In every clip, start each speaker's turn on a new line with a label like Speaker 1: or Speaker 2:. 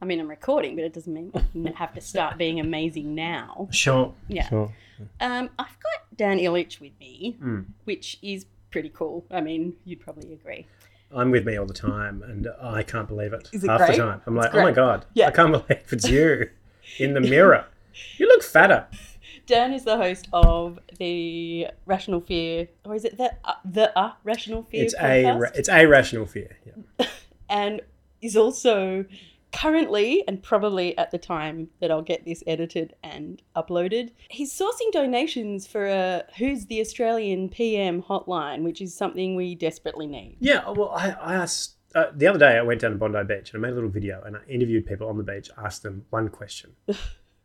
Speaker 1: Oh,
Speaker 2: mean, I'm recording, but it doesn't mean I n- have to start being amazing now.
Speaker 3: Sure.
Speaker 2: Yeah.
Speaker 3: Sure.
Speaker 2: Um, I've got Dan Illich with me,
Speaker 3: Mm.
Speaker 2: which is pretty cool. I mean, you'd probably agree.
Speaker 3: I'm with me all the time, and I can't believe it.
Speaker 4: Is it
Speaker 3: half
Speaker 4: great?
Speaker 3: the time, I'm like,
Speaker 4: great.
Speaker 3: oh my god,
Speaker 4: Yeah.
Speaker 3: I can't believe it's you in the mirror. You look fatter.
Speaker 2: Dan is the host of the Rational Fear, or is it the uh, the uh, Rational Fear
Speaker 3: it's a
Speaker 2: podcast?
Speaker 3: ra- it's a rational fear. Yeah.
Speaker 2: and is also currently and probably at the time that I'll get this edited and uploaded. He's sourcing donations for a Who's the Australian PM hotline, which is something we desperately need.
Speaker 3: Yeah, well, I, I asked uh, the other day. I went down to Bondi Beach and I made a little video and I interviewed people on the beach, asked them one question: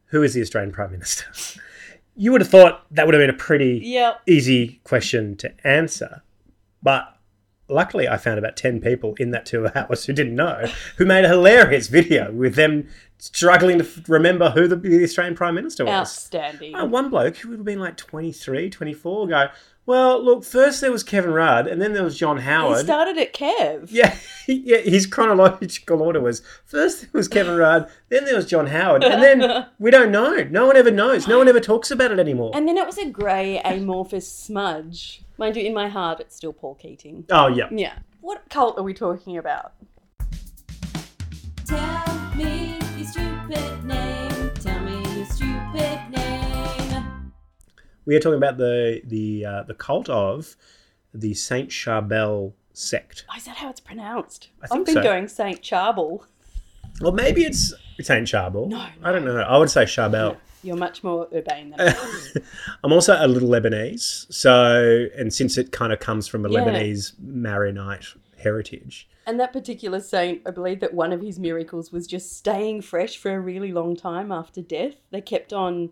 Speaker 3: Who is the Australian Prime Minister? you would have thought that would have been a pretty
Speaker 2: Yeah,
Speaker 3: easy question to answer, but luckily I found about ten people in that two hours who didn't know, who made a hilarious video with them struggling to f- remember who the, the Australian Prime Minister was.
Speaker 2: outstanding.
Speaker 3: Uh, one bloke who would have been like 23, 24 go, well, look, first there was Kevin Rudd and then there was John
Speaker 2: He
Speaker 3: Howard.
Speaker 2: started at Kev.
Speaker 3: yeah, yeah, his chronological order was first there was Kevin Rudd, then there was John Howard, and then we don't know. No one ever knows. No one ever talks about it anymore.
Speaker 2: And then it was a grey, amorphous smudge. Mind you, in my heart, it's still Paul Keating.
Speaker 3: oh, yeah.
Speaker 2: Yeah. What cult are we talking about?
Speaker 1: Tell me your stupid name. Tell me your stupid name.
Speaker 3: We are talking about the the uh, the cult of the Saint Charbel sect.
Speaker 2: Oh, is that how it's pronounced?
Speaker 3: I think
Speaker 2: have been
Speaker 3: so.
Speaker 2: going Saint Charbel.
Speaker 3: Well, maybe it's Saint Charbel.
Speaker 2: No,
Speaker 3: I don't know. I would say Charbel.
Speaker 2: You're much more urbane than I am.
Speaker 3: I'm also a little Lebanese, so and since it kind of comes from a
Speaker 2: Yeah.
Speaker 3: Lebanese Maronite heritage,
Speaker 2: And that particular saint, I believe that one of his miracles was just staying fresh for a really long time after death. They kept on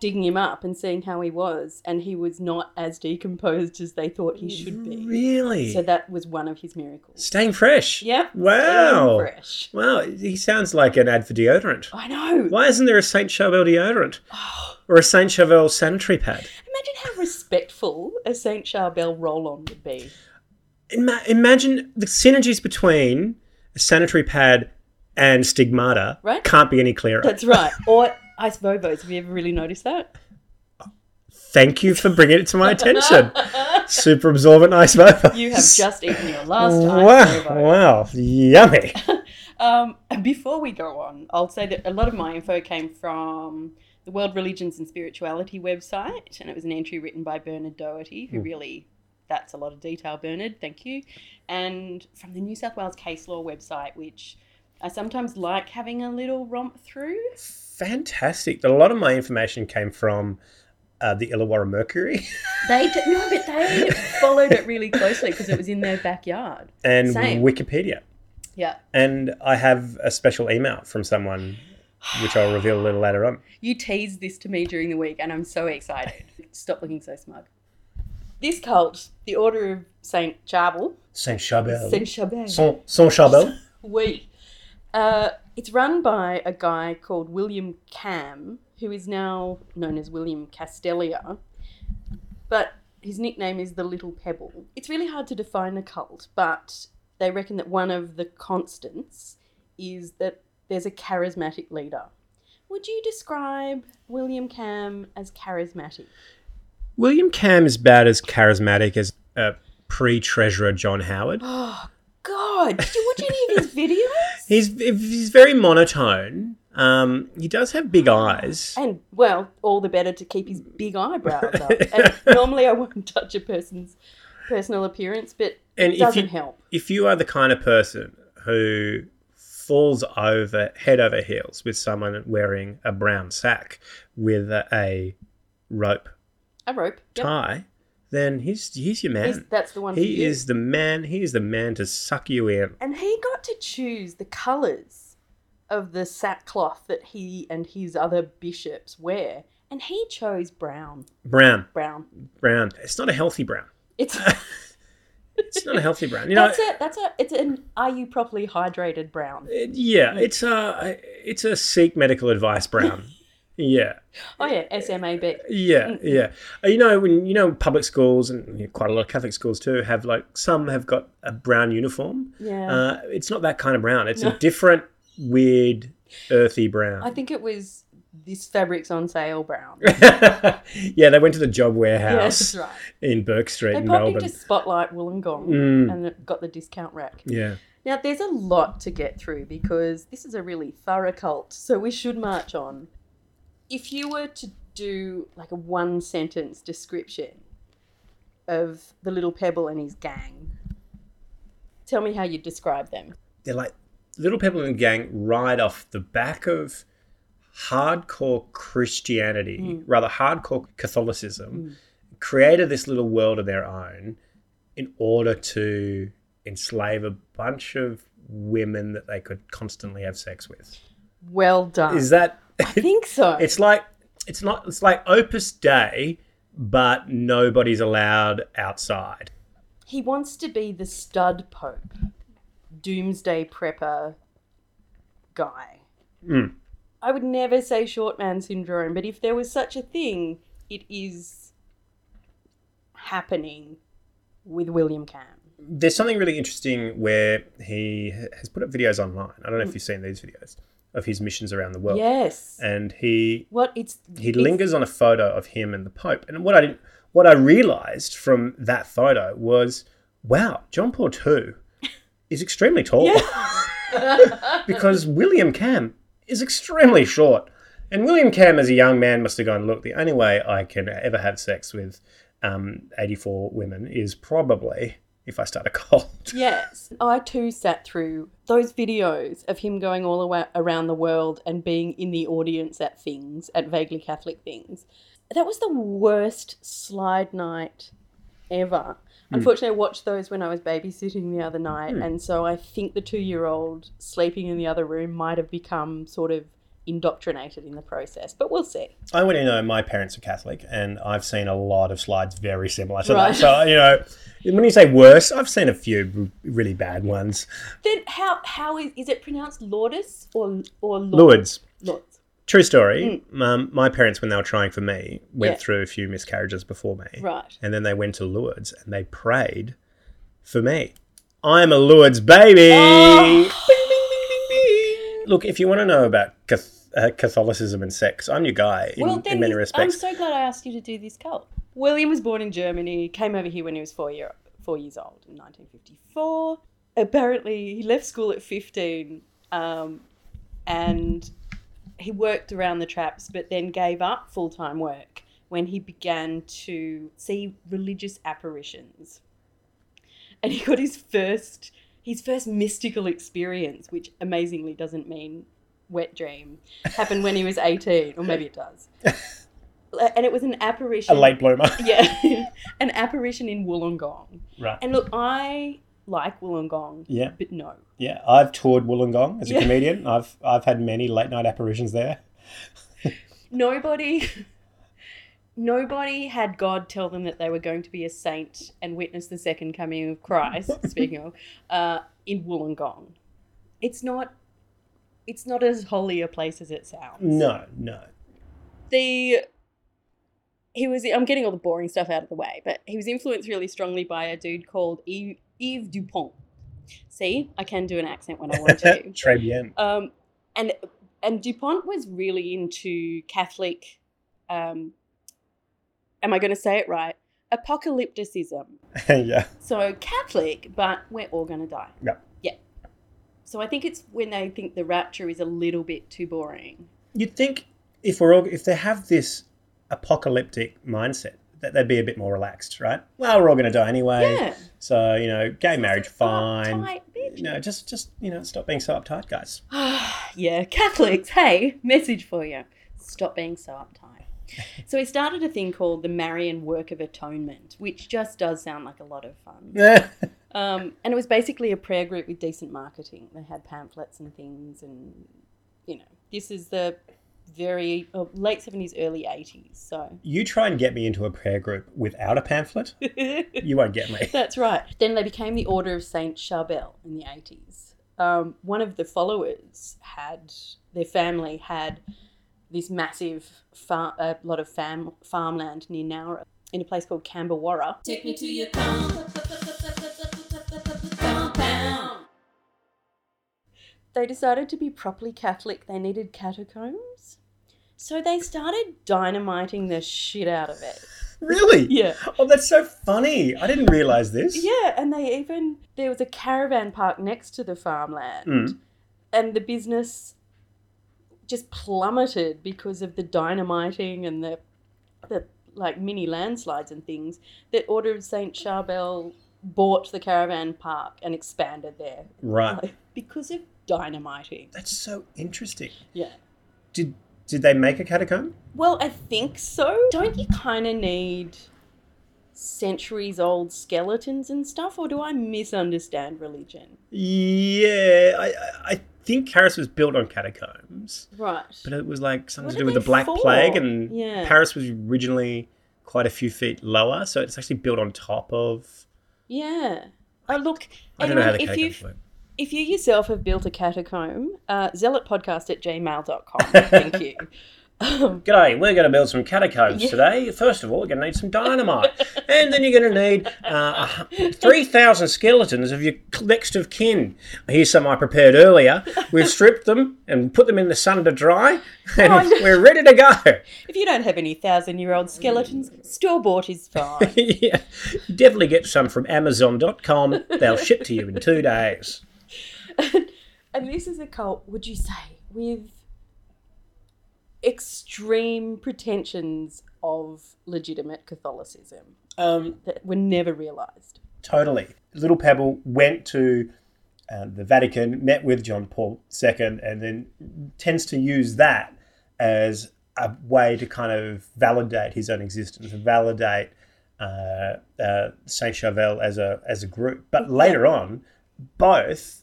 Speaker 2: digging him up and seeing how he was, and he was not as decomposed as they thought he should be.
Speaker 3: really
Speaker 2: So that was one of his miracles.
Speaker 3: staying fresh.
Speaker 2: Yeah.
Speaker 3: Wow.
Speaker 2: Staying fresh.
Speaker 3: Wow. He sounds like an ad for deodorant.
Speaker 2: I know.
Speaker 3: Why isn't there a Saint Charbel deodorant
Speaker 2: Oh,
Speaker 3: or a Saint Charbel sanitary pad?
Speaker 2: imagine how respectful a Saint Charbel roll on would be.
Speaker 3: Ima- imagine the synergies between a sanitary pad and stigmata
Speaker 2: Right.
Speaker 3: can't be any clearer.
Speaker 2: That's right. Or ice vovos. Have you ever really noticed that?
Speaker 3: Thank you for bringing it to my attention. Super absorbent ice vapor.
Speaker 2: You have just eaten your last ice
Speaker 3: Wow,
Speaker 2: vovo.
Speaker 3: wow, yummy.
Speaker 2: Um, and before we go on, I'll say that a lot of my info came from the World Religions and Spirituality website, and it was an entry written by Bernard Doherty, who really that's a lot of detail, Bernard. Thank you. And from the New South Wales Case Law website, which I sometimes like having a little romp through.
Speaker 3: Fantastic. A lot of my information came from uh, the Illawarra Mercury,
Speaker 2: They did, no, but they followed it really closely because it was in their backyard.
Speaker 3: and
Speaker 2: Same.
Speaker 3: Wikipedia.
Speaker 2: Yeah.
Speaker 3: And I have a special email from someone, which I'll reveal a little later on.
Speaker 2: You teased this to me during the week, and I'm so excited. Stop looking so smug. This cult, the Order of Saint Charbel,
Speaker 3: Saint Charbel.
Speaker 2: Saint Charbel,
Speaker 3: Saint, Saint Charbel.
Speaker 2: we, uh, it's run by a guy called William Cam, who is now known as William Castelia, but his nickname is the Little Pebble. It's really hard to define a cult, but they reckon that one of the constants is that there's a charismatic leader. Would you describe William Cam as charismatic?
Speaker 3: William Cam is about as charismatic as uh, pre treasurer John Howard.
Speaker 2: Oh, God! Did you watch any of his videos?
Speaker 3: He's, he's very monotone. Um, he does have big eyes.
Speaker 2: And well, all the better to keep his
Speaker 3: Mm.
Speaker 2: big eyebrows up. and normally I wouldn't touch a person's personal appearance, but
Speaker 3: And
Speaker 2: it
Speaker 3: if
Speaker 2: doesn't
Speaker 3: you-
Speaker 2: help.
Speaker 3: if you are the kind of person who falls over head over heels with someone wearing a brown sack with a, a rope
Speaker 2: A rope. Yep.
Speaker 3: tie, then he's he's your
Speaker 2: He's-
Speaker 3: man.
Speaker 2: that's the one. for
Speaker 3: He
Speaker 2: you.
Speaker 3: is the man. He is the man to suck you in.
Speaker 2: And he got to choose the colours of the sackcloth that he and his other bishops wear, and he chose brown.
Speaker 3: Brown,
Speaker 2: Brown.
Speaker 3: brown. It's not a healthy brown.
Speaker 2: It's
Speaker 3: It's not a healthy brown. You know.
Speaker 2: that's a that's a it's an are you properly hydrated brown?
Speaker 3: it- yeah, it's a it's a seek medical advice brown. Yeah.
Speaker 2: Oh yeah, SMAB.
Speaker 3: Yeah,
Speaker 2: Mm-hmm.
Speaker 3: yeah. Uh, You know, when you know public schools and you know, quite a lot of Catholic schools too have like some have got a brown uniform.
Speaker 2: Yeah.
Speaker 3: Uh, it's not that kind of brown. It's
Speaker 2: No.
Speaker 3: a different weird, earthy brown.
Speaker 2: I think it was this fabric's on sale brown.
Speaker 3: yeah, they went to the job
Speaker 2: yeah,
Speaker 3: warehouse
Speaker 2: that's right.
Speaker 3: in Burke Street
Speaker 2: They
Speaker 3: in
Speaker 2: popped
Speaker 3: Melbourne.
Speaker 2: into Spotlight Wollongong
Speaker 3: Mm,
Speaker 2: and it got the discount rack.
Speaker 3: yeah.
Speaker 2: Now, there's a lot to get through because this is a really thorough cult, so we should march on. If you were to do like a one sentence description of the little pebble and his gang, tell me how you describe them.
Speaker 3: They're like Little Pebble and Gang ride off the back of hardcore Christianity,
Speaker 2: Mm.
Speaker 3: rather hardcore Catholicism, created this little world of their own in order to enslave a bunch of women that they could constantly have sex with.
Speaker 2: Well done.
Speaker 3: Is that
Speaker 2: I think so.
Speaker 3: It's like it's not it's like Opus Day, but nobody's allowed outside.
Speaker 2: He wants to be the stud pope, doomsday prepper guy.
Speaker 3: Mm.
Speaker 2: I would never say short man syndrome, but if there was such a thing, it is happening with William Cam.
Speaker 3: There's something really interesting where he has put up videos online. I don't know if you've seen these videos of his missions around the world.
Speaker 2: yes.
Speaker 3: And he
Speaker 2: what it's
Speaker 3: he
Speaker 2: it's-
Speaker 3: lingers on a photo of him and the Pope. And what I didn't, what I realized from that photo was, wow, John Paul II is extremely tall
Speaker 2: Yeah.
Speaker 3: because William Cam is extremely short. And William Cam, as a young man, must have gone, look, the only way I can ever have sex with um, 84 women is probably if I start a cult.
Speaker 2: yes. I too sat through those videos of him going all awa- around the world and being in the audience at things, at vaguely Catholic things. That was the worst slide night ever. Unfortunately, I watched those when I was babysitting the other night, and so I think the two year old sleeping in the other room might have become sort of indoctrinated in the process, but we'll see.
Speaker 3: I already know my parents are Catholic, and I've seen a lot of slides very similar to
Speaker 2: Right.
Speaker 3: that. So, you know, when you say worse, I've seen a few really bad ones.
Speaker 2: Then how how is is it pronounced Lourdes or or Lourdes?
Speaker 3: Lourdes.
Speaker 2: Lourdes.
Speaker 3: True story. Um, my parents, when they were trying for me,
Speaker 2: Hmm. Yeah.
Speaker 3: went through a few miscarriages before me.
Speaker 2: Right.
Speaker 3: And then they went to Lourdes and they prayed for me. I'm a Lourdes baby.
Speaker 2: Oh.
Speaker 3: Look, if you want to know about cath- uh, Catholicism and sex, I'm your guy in,
Speaker 2: Well, then
Speaker 3: in many
Speaker 2: he's-
Speaker 3: respects.
Speaker 2: I'm so glad I asked you to do this cult. William was born in Germany, came over here when he was four, year, four years old in 1954. Apparently, he left school at 15 um, and he worked around the traps, but then gave up full time work when he began to see religious apparitions. And he got his first. His first mystical experience, which amazingly doesn't mean wet dream, happened when he was 18, or maybe it does. and it was an apparition.
Speaker 3: a late bloomer.
Speaker 2: Yeah, an apparition in Wollongong.
Speaker 3: right.
Speaker 2: And look, I like Wollongong,
Speaker 3: Yeah,
Speaker 2: but no.
Speaker 3: yeah. I've toured Wollongong as a
Speaker 2: Yeah.
Speaker 3: comedian. I've I've had many late night apparitions there.
Speaker 2: Nobody. Nobody had God tell them that they were going to be a saint and witness the second coming of Christ. speaking of, uh, in Wollongong, it's not, it's not as holy a place as it sounds.
Speaker 3: No, no.
Speaker 2: the he was I'm getting all the boring stuff out of the way, but he was influenced really strongly by a dude called Yves, Yves Dupont. See, I can do an accent when I want to.
Speaker 3: Très bien.
Speaker 2: um, and and Dupont was really into Catholic. Um, am I going to say it right? Apocalypticism.
Speaker 3: yeah.
Speaker 2: So Catholic, but we're all going to die.
Speaker 3: Yeah.
Speaker 2: Yeah. So I think it's when they think the rapture is a little bit too boring.
Speaker 3: You'd think if we're all if they have this apocalyptic mindset that they'd be a bit more relaxed, right? Well, we're all going to die anyway.
Speaker 2: yeah.
Speaker 3: So you know, gay marriage, fine.
Speaker 2: Uptight bitch.
Speaker 3: You know, just just you know, stop being so uptight, guys.
Speaker 2: yeah, Catholics, hey, message for you. Stop being so uptight. So he started a thing called the Marian Work of Atonement, which just does sound like a lot of fun. Um, and it was basically a prayer group with decent marketing. They had pamphlets and things, and you know, this is the very uh, late seventies, early eighties. So
Speaker 3: you try and get me into a prayer group without a pamphlet, you won't get me.
Speaker 2: That's right. Then they became the Order of Saint Charbel in the 80s. Um, one of the followers had, their family had this massive far, a lot of fam, farmland near Nowra in a place called Camberwarra.
Speaker 1: Take me to your compound.
Speaker 2: They decided to be properly Catholic, they needed catacombs. So they started dynamiting the shit out of it.
Speaker 3: Really?
Speaker 2: Yeah.
Speaker 3: Oh, that's so funny. I didn't realize this.
Speaker 2: Yeah, and they even there was a caravan park next to the farmland,
Speaker 3: Mm.
Speaker 2: and the business just plummeted because of the dynamiting and the the like mini landslides and things. The Order of Saint Charbel bought the caravan park and expanded there
Speaker 3: Right.
Speaker 2: because of dynamiting.
Speaker 3: That's so interesting.
Speaker 2: Yeah.
Speaker 3: Did did they make a catacomb?
Speaker 2: Well, I think so. Don't you kind of need centuries old skeletons and stuff, or do I misunderstand religion?
Speaker 3: Yeah, I I- I think Paris was built on catacombs,
Speaker 2: Right.
Speaker 3: but it was like something
Speaker 2: What
Speaker 3: to
Speaker 2: are
Speaker 3: do with the
Speaker 2: they
Speaker 3: Black
Speaker 2: for?
Speaker 3: Plague, and
Speaker 2: Yeah.
Speaker 3: Paris was originally quite a few feet lower, so it's actually built on top of.
Speaker 2: Yeah. Oh, look,
Speaker 3: I don't know how
Speaker 2: anyone,
Speaker 3: the
Speaker 2: if,
Speaker 3: catacombs
Speaker 2: you've,
Speaker 3: work.
Speaker 2: if you yourself have built a catacomb, uh, zealotpodcast at gmail.com. Thank you. Um,
Speaker 3: G'day, we're going to build some catacombs
Speaker 2: Yeah.
Speaker 3: today. First of all, we're going to need some dynamite. and then you're going to need uh, a hu- 3,000 skeletons of your next of kin. Here's some I prepared earlier. We've stripped them and put them in the sun to dry, and
Speaker 2: Oh, no.
Speaker 3: we're ready to go.
Speaker 2: if you don't have any thousand year old skeletons, store bought is fine.
Speaker 3: yeah. Definitely get some from Amazon.com. They'll ship to you in two days.
Speaker 2: and this is a cult, would you say, with extreme pretensions of legitimate Catholicism
Speaker 3: Um,
Speaker 2: that were never realised.
Speaker 3: Totally. Little Pebble went to uh, the Vatican, met with John Paul II, and then tends to use that as a way to kind of validate his own existence and validate uh, uh, Saint Chauvel as a as a group. But later on, both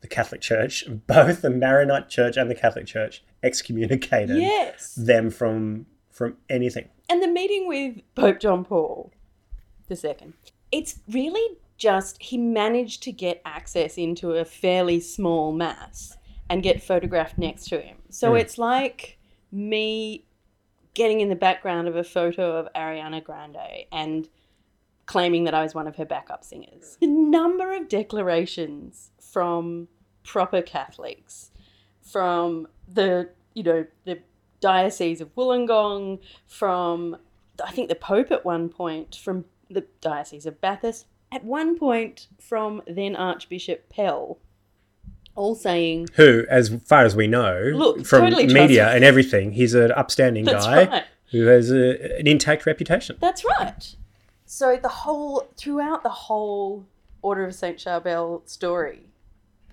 Speaker 3: the Catholic Church, both the Maronite Church and the Catholic Church excommunicated
Speaker 2: Yes.
Speaker 3: them from from anything.
Speaker 2: And the meeting with Pope John Paul II, it's really just he managed to get access into a fairly small mass and get photographed next to him. So
Speaker 3: Mm.
Speaker 2: it's like me getting in the background of a photo of Ariana Grande and claiming that I was one of her backup singers. The number of declarations from proper Catholics, from the, you know, the Diocese of Wollongong, from I think the Pope at one point, from the Diocese of Bathurst, at one point from then Archbishop Pell, all saying,
Speaker 3: who, as far as we know,
Speaker 2: Look,
Speaker 3: from
Speaker 2: totally
Speaker 3: media
Speaker 2: trustworthy.
Speaker 3: and everything, he's an upstanding
Speaker 2: That's
Speaker 3: guy
Speaker 2: right.
Speaker 3: who has a, an intact reputation.
Speaker 2: That's right. So the whole throughout the whole Order of Saint Charbel story,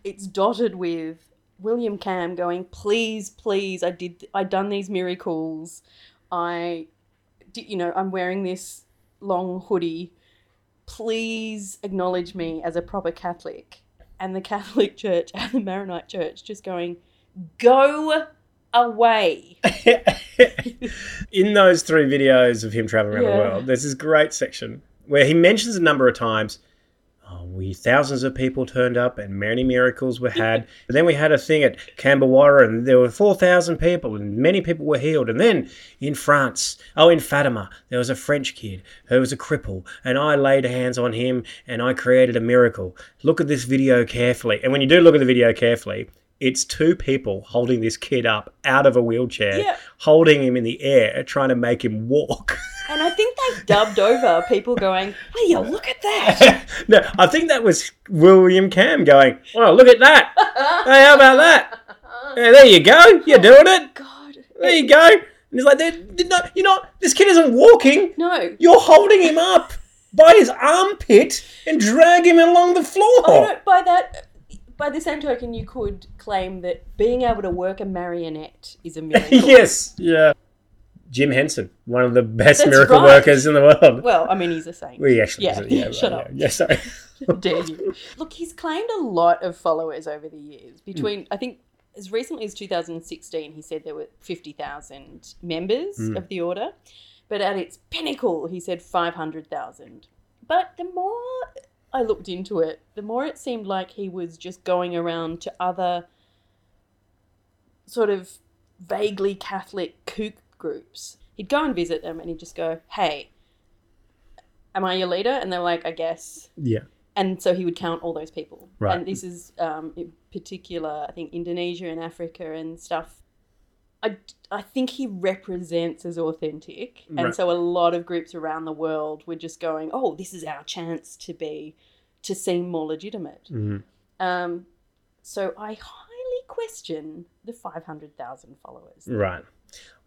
Speaker 2: it's dotted with William Cam going, "Please, please, I did, I done these miracles. I, did, you know, I'm wearing this long hoodie. Please acknowledge me as a proper Catholic." And the Catholic Church and the Maronite Church just going, "Go away."
Speaker 3: In those three videos of him traveling around the
Speaker 2: Yeah.
Speaker 3: world, there's this great section where he mentions a number of times. Oh, we thousands of people turned up and many miracles were had. but then we had a thing at Cambawarra and there were 4,000 people and many people were healed. And then in France, oh, in Fatima, there was a French kid who was a cripple and I laid hands on him and I created a miracle. Look at this video carefully. And when you do look at the video carefully, it's two people holding this kid up out of a wheelchair,
Speaker 2: Yeah.
Speaker 3: holding him in the air, trying to make him walk.
Speaker 2: And I think they dubbed over people going, "Hey, yo, look at that!"
Speaker 3: no, I think that was William Cam going, Oh, look at that. Hey, how about that? Yeah, there you go. You're doing it.
Speaker 2: God,
Speaker 3: There you go. And he's like, they're, they're not, You're not, this kid isn't walking.
Speaker 2: no.
Speaker 3: You're holding him up by his armpit and drag him along the floor.
Speaker 2: I don't, by that, by the same token, you could claim that being able to work a marionette is a miracle.
Speaker 3: yes. Yeah. Jim Henson, one of the best
Speaker 2: That's
Speaker 3: miracle
Speaker 2: right.
Speaker 3: workers in the world.
Speaker 2: Well, I mean, he's a saint.
Speaker 3: we actually,
Speaker 2: yeah,
Speaker 3: right,
Speaker 2: shut up.
Speaker 3: Yeah, sorry.
Speaker 2: How dare you? Look, he's claimed a lot of followers over the years. Between, I think, as recently as 2016, he said there were 50,000 members
Speaker 3: Mm.
Speaker 2: of the order. But at its pinnacle, he said 500,000. But the more I looked into it, the more it seemed like he was just going around to other sort of vaguely Catholic kook groups. He'd go and visit them and he'd just go, hey, am I your leader? And they're like, I guess
Speaker 3: Yeah.
Speaker 2: and so he would count all those people.
Speaker 3: Right.
Speaker 2: And this is um, in particular, I think, Indonesia and Africa and stuff. I, I think he represents as authentic. And
Speaker 3: Right.
Speaker 2: so a lot of groups around the world were just going, oh, this is our chance to be, to seem more legitimate.
Speaker 3: Mhm.
Speaker 2: Um, so I highly question the 500,000 followers.
Speaker 3: Right.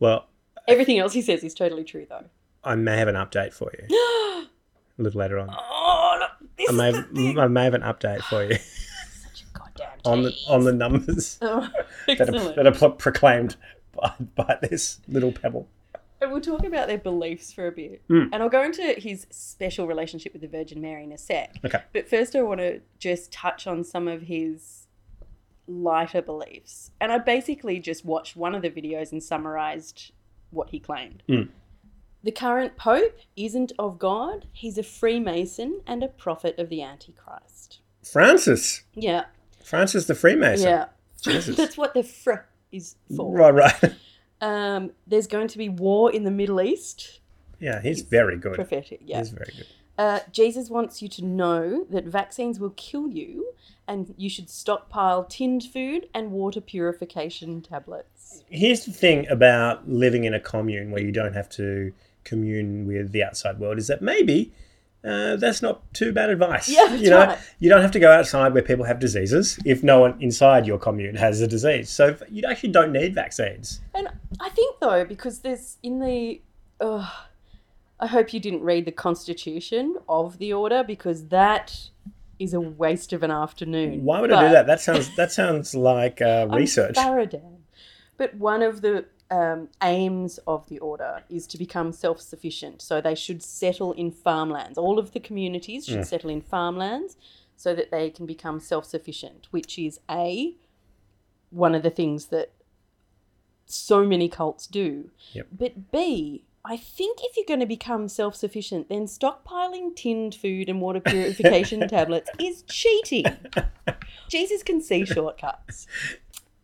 Speaker 3: Well,
Speaker 2: Everything else he says is totally true, though.
Speaker 3: I may have an update for you
Speaker 2: oh,
Speaker 3: a little later on.
Speaker 2: no, Oh, this
Speaker 3: I
Speaker 2: is
Speaker 3: may
Speaker 2: the thing.
Speaker 3: have, I may have an update for you
Speaker 2: Such a goddamn
Speaker 3: on the
Speaker 2: tease.
Speaker 3: on the numbers
Speaker 2: Oh,
Speaker 3: that
Speaker 2: excellent.
Speaker 3: are, that are pro- proclaimed by, by this little pebble.
Speaker 2: And we'll talk about their beliefs for a bit.
Speaker 3: Mm.
Speaker 2: And I'll go into his special relationship with the Virgin Mary in a sec.
Speaker 3: Okay.
Speaker 2: But first, I want to just touch on some of his lighter beliefs. And I basically just watched one of the videos and summarized what he claimed.
Speaker 3: Mm.
Speaker 2: The current Pope isn't of God, he's a Freemason and a prophet of the Antichrist.
Speaker 3: Francis,
Speaker 2: Yeah.
Speaker 3: Francis the Freemason.
Speaker 2: Yeah.
Speaker 3: Jesus.
Speaker 2: That's what the fr is for.
Speaker 3: Right, right.
Speaker 2: Um, there's going to be war in the Middle East.
Speaker 3: Yeah, he's very good.
Speaker 2: Prophetic, yeah.
Speaker 3: He's very good.
Speaker 2: Uh, Jesus wants you to know that vaccines will kill you and you should stockpile tinned food and water purification tablets.
Speaker 3: Here's the thing about living in a commune where you don't have to commune with the outside world is that maybe uh, that's not too bad advice.
Speaker 2: Yeah, that's
Speaker 3: you know,
Speaker 2: right.
Speaker 3: you don't have to go outside where people have diseases if no one inside your commune has a disease. So you actually don't need vaccines.
Speaker 2: And I think, though, because there's in the. Ugh, I hope you didn't read the constitution of the order because that is a waste of an afternoon.
Speaker 3: Why would I do
Speaker 2: But-
Speaker 3: that? That sounds that sounds like uh,
Speaker 2: I'm
Speaker 3: research.
Speaker 2: Faraday. But one of the um, aims of the order is to become self sufficient. So they should settle in farmlands. All of the communities
Speaker 3: Hmm.
Speaker 2: should settle in farmlands so that they can become self sufficient, which is A, one of the things that so many cults do.
Speaker 3: Yep.
Speaker 2: But B, I think if you're going to become self sufficient, then stockpiling tinned food and water purification tablets is cheating. Jesus can see shortcuts.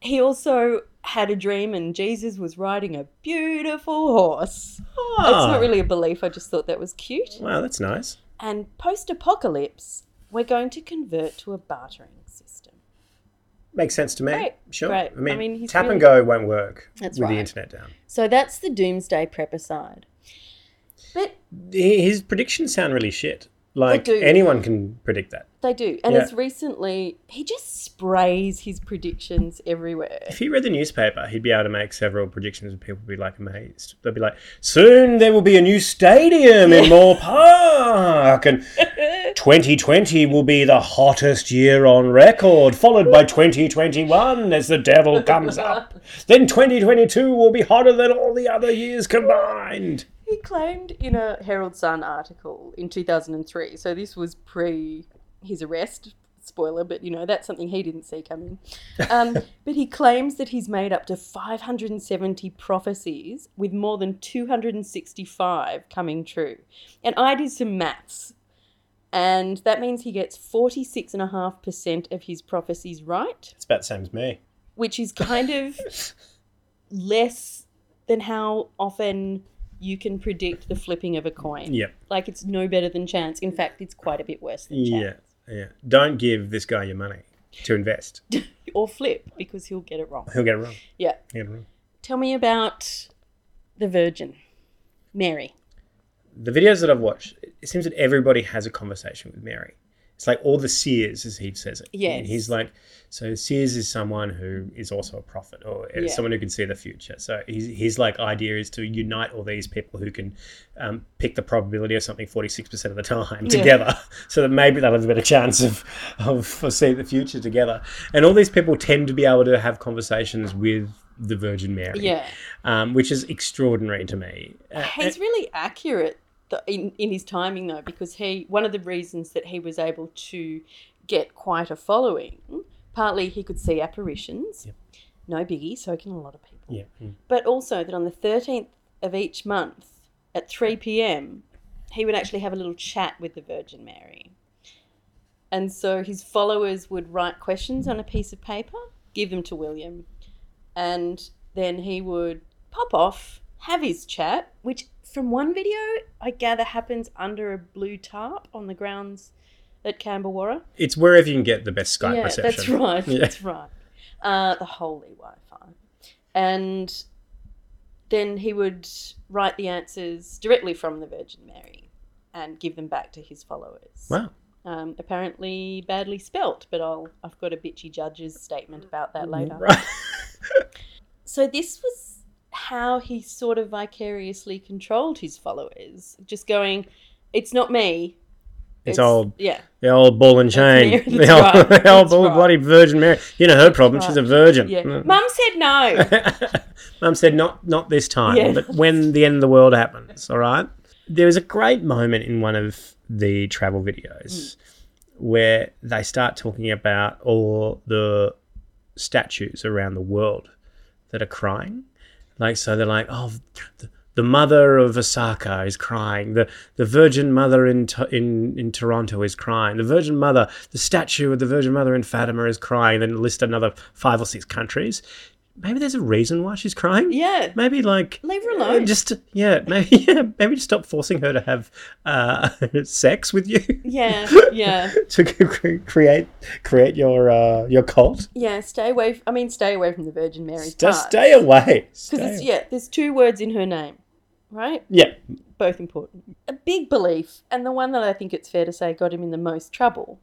Speaker 2: He also had a dream, and Jesus was riding a beautiful horse.
Speaker 3: Ah,
Speaker 2: It's not really a belief, I just thought that was cute.
Speaker 3: Wow, that's nice.
Speaker 2: And post apocalypse, we're going to convert to a bartering system.
Speaker 3: Makes sense to me.
Speaker 2: Great,
Speaker 3: sure.
Speaker 2: great.
Speaker 3: I mean,
Speaker 2: I mean, he's
Speaker 3: tap
Speaker 2: really-
Speaker 3: and go won't work
Speaker 2: That's
Speaker 3: with
Speaker 2: right.
Speaker 3: the internet down.
Speaker 2: So that's the doomsday prepper side. But
Speaker 3: His predictions sound really shit. Like
Speaker 2: do.
Speaker 3: anyone can predict that.
Speaker 2: they do. And
Speaker 3: Yeah.
Speaker 2: as recently, he just sprays his predictions everywhere.
Speaker 3: If he read the newspaper, he'd be able to make several predictions, and people would be like amazed. They'd be like, "Soon there will be a new stadium in Moore Park, and 2020 will be the hottest year on record, followed by 2021 as the devil comes up. Then 2022 will be hotter than all the other years combined."
Speaker 2: He claimed in a Herald Sun article in 2003, so this was pre his arrest, spoiler, but you know, that's something he didn't see coming. Um, but he claims that he's made up to 570 prophecies, with more than 265 coming true. And I did some maths, and that means he gets 46.5% of his prophecies right
Speaker 3: It's about the same as me.
Speaker 2: which is kind of less than how often you can predict the flipping of a coin.
Speaker 3: Yep.
Speaker 2: Like it's no better than chance. In fact, it's quite a bit worse than
Speaker 3: Yeah.
Speaker 2: chance.
Speaker 3: Yeah. Don't give this guy your money to invest.
Speaker 2: Or flip because he'll get it wrong.
Speaker 3: He'll get it wrong.
Speaker 2: Yeah.
Speaker 3: He'll get it wrong.
Speaker 2: Tell me about the Virgin Mary.
Speaker 3: the videos that I've watched, it seems that everybody has a conversation with Mary. It's like all the seers, as he says it.
Speaker 2: Yes.
Speaker 3: And he's like, so seers is someone who is also a prophet or is
Speaker 2: Yeah.
Speaker 3: someone who can see the future. So his, his like idea is to unite all these people who can um, pick the probability of something 46% of the time
Speaker 2: Yeah.
Speaker 3: together so that maybe they'll have a better chance of, of foreseeing the future together. And all these people tend to be able to have conversations with the Virgin Mary,
Speaker 2: Yeah.
Speaker 3: um, which is extraordinary to me. Uh,
Speaker 2: He's really accurate th- in, in his timing though because he one of the reasons that he was able to get quite a following partly he could see apparitions. No biggie, so can a lot of people.
Speaker 3: yeah. mm.
Speaker 2: but also that on the 13th of each month at 3 p.m., he would actually have a little chat with the Virgin Mary. And so his followers would write questions on a piece of paper, give them to William, and then he would pop off, have his chat, which from one video I gather happens under a blue tarp on the grounds at Camberwarra.
Speaker 3: It's wherever you can get the best Skype
Speaker 2: yeah,
Speaker 3: reception.
Speaker 2: that's right.
Speaker 3: Yeah.
Speaker 2: That's right. Uh, the holy Wi-Fi, and then he would write the answers directly from the Virgin Mary and give them back to his followers.
Speaker 3: Wow.
Speaker 2: Um, apparently badly spelt, but I'll I've got a bitchy judge's statement about that later.
Speaker 3: Right.
Speaker 2: So this was how he sort of vicariously controlled his followers, just going, "It's not me."
Speaker 3: It's old.
Speaker 2: Yeah.
Speaker 3: The old ball and chain.
Speaker 2: That's Mary, that's
Speaker 3: the old,
Speaker 2: right,
Speaker 3: the old
Speaker 2: that's
Speaker 3: bull-
Speaker 2: right.
Speaker 3: bloody Virgin Mary. You know her problem. She's a
Speaker 2: right.
Speaker 3: virgin.
Speaker 2: Yeah.
Speaker 3: Mm.
Speaker 2: Mum said no.
Speaker 3: Mum said, "Not, not this time,
Speaker 2: Yeah.
Speaker 3: but when the end of the world happens." All right. There was a great moment in one of the travel
Speaker 2: Mm.
Speaker 3: videos where they start talking about all the statues around the world that are crying. Like, so they're like, "Oh, the, the mother of Osaka is crying. The the Virgin Mother in to, in in Toronto is crying. The Virgin Mother, the statue of the Virgin Mother in Fatima is crying." Then list another five or six countries maybe there's a reason why she's crying.
Speaker 2: Yeah.
Speaker 3: Maybe like
Speaker 2: Leave her
Speaker 3: uh,
Speaker 2: alone.
Speaker 3: Just yeah, maybe yeah, maybe just stop forcing her to have uh, sex with you
Speaker 2: Yeah, yeah,
Speaker 3: to cre- create create your uh, your cult.
Speaker 2: yeah. Stay away. F- I mean, stay away from the Virgin Mary.
Speaker 3: Just stay away. Stay
Speaker 2: Because
Speaker 3: away.
Speaker 2: yeah, there's two words in her name, right?
Speaker 3: yeah,
Speaker 2: Both important. A big belief, and the one that I think it's fair to say got him in the most trouble,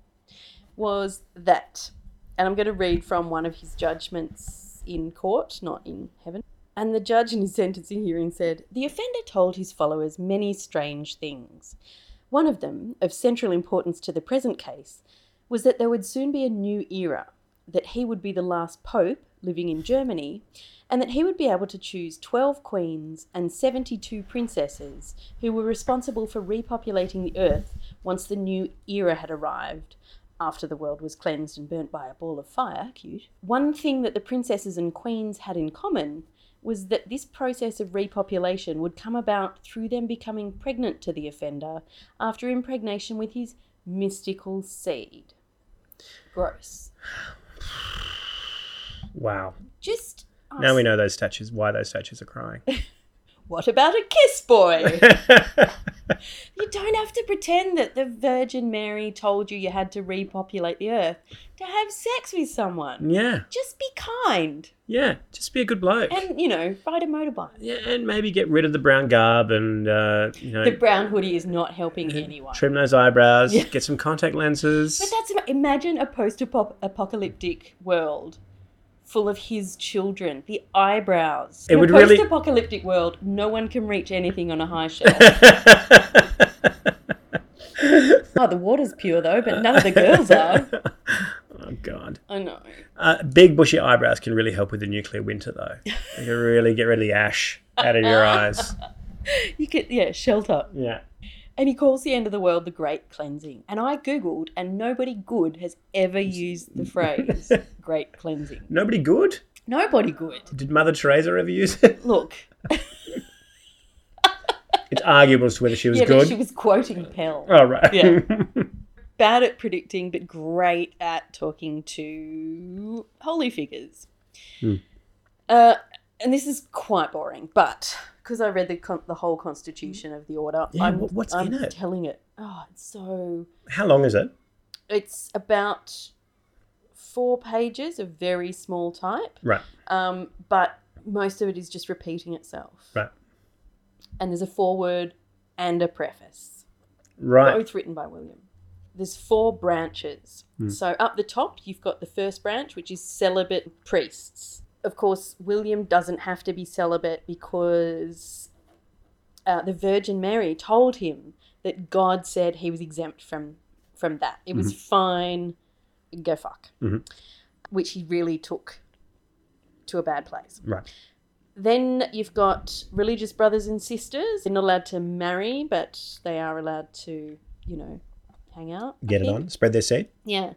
Speaker 2: was that. And I'm going to read from one of his judgments in court, not in heaven. And the judge in his sentencing hearing said the offender told his followers many strange things. One of them, of central importance to the present case, was that there would soon be a new era, that he would be the last pope living in Germany, and that he would be able to choose 12 queens and 72 princesses who were responsible for repopulating the earth once the new era had arrived. After the world was cleansed and burnt by a ball of fire, cute. One thing that the princesses and queens had in common was that this process of repopulation would come about through them becoming pregnant to the offender after impregnation with his mystical seed. Gross.
Speaker 3: wow.
Speaker 2: Just ask,
Speaker 3: Now we know those statues. Why those statues are crying.
Speaker 2: what about a kiss boy? you don't have to pretend that the Virgin Mary told you you had to repopulate the earth to have sex with someone.
Speaker 3: yeah,
Speaker 2: Just be kind
Speaker 3: yeah. Just be a good bloke.
Speaker 2: and, you know, ride a motorbike.
Speaker 3: yeah, and maybe get rid of the brown garb and uh, you know
Speaker 2: The brown hoodie is not helping
Speaker 3: Mm-hmm.
Speaker 2: anyone.
Speaker 3: trim those eyebrows.
Speaker 2: Yeah.
Speaker 3: Get some contact lenses.
Speaker 2: But that's imagine a post-apocalyptic world full of his children. The eyebrows.
Speaker 3: It
Speaker 2: In
Speaker 3: would
Speaker 2: a
Speaker 3: really-
Speaker 2: post-apocalyptic world, no one can reach anything on a high shelf. oh, the water's pure though, but none of the girls are.
Speaker 3: Oh God!
Speaker 2: I know.
Speaker 3: Uh, big bushy eyebrows can really help with the nuclear winter, though. You can really get rid of the ash out of your eyes.
Speaker 2: You could yeah, shelter.
Speaker 3: Yeah.
Speaker 2: And he calls the end of the world the Great Cleansing. And I googled, and nobody good has ever used the phrase Great Cleansing.
Speaker 3: Nobody good.
Speaker 2: Nobody good.
Speaker 3: Did Mother Teresa ever use it?
Speaker 2: Look,
Speaker 3: It's arguable as to whether she was
Speaker 2: yeah,
Speaker 3: good.
Speaker 2: but she was quoting Pell.
Speaker 3: Oh right.
Speaker 2: Yeah. bad at predicting, but great at talking to holy figures.
Speaker 3: Hmm.
Speaker 2: Uh, and this is quite boring, but because I read the con- the whole constitution of the order,
Speaker 3: Yeah,
Speaker 2: I'm,
Speaker 3: what- what's
Speaker 2: I'm
Speaker 3: in it?
Speaker 2: telling it. Oh, it's so.
Speaker 3: How long is it?
Speaker 2: It's about four pages of very small type,
Speaker 3: Right.
Speaker 2: um, but most of it is just repeating itself.
Speaker 3: Right.
Speaker 2: And there's a foreword and a preface
Speaker 3: Right.
Speaker 2: both written by William. There's four branches. So up the top, you've got the first branch, which is celibate priests. Of course, William doesn't have to be celibate because uh, the Virgin Mary told him that God said he was exempt from from that. It was fine. Go fuck,
Speaker 3: Mhm.
Speaker 2: which he really took to a bad place.
Speaker 3: Right.
Speaker 2: Then you've got religious brothers and sisters. They're not allowed to marry, but they are allowed to, you know, hang out. I
Speaker 3: Get it
Speaker 2: think.
Speaker 3: on. Spread their seed.
Speaker 2: Yeah.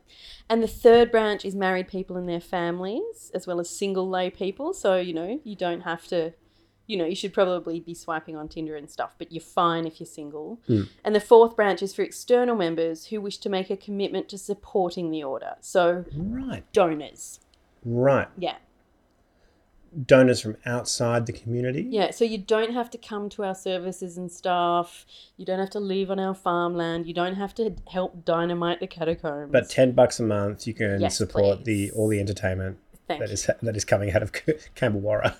Speaker 2: And the third branch is married people and their families, as well as single lay people. So, you know, you don't have to, you know, you should probably be swiping on Tinder and stuff, but you're fine if you're single.
Speaker 3: Mm.
Speaker 2: And the fourth branch is for external members who wish to make a commitment to supporting the order. So,
Speaker 3: Right.
Speaker 2: donors.
Speaker 3: Right.
Speaker 2: Yeah.
Speaker 3: donors from outside the community.
Speaker 2: Yeah, so you don't have to come to our services and stuff. You don't have to live on our farmland. You don't have to help dynamite the catacombs.
Speaker 3: But ten bucks a month, you can
Speaker 2: Yes,
Speaker 3: support
Speaker 2: please.
Speaker 3: the all the entertainment
Speaker 2: Thank
Speaker 3: that
Speaker 2: you.
Speaker 3: is that is coming out of Camberwarra.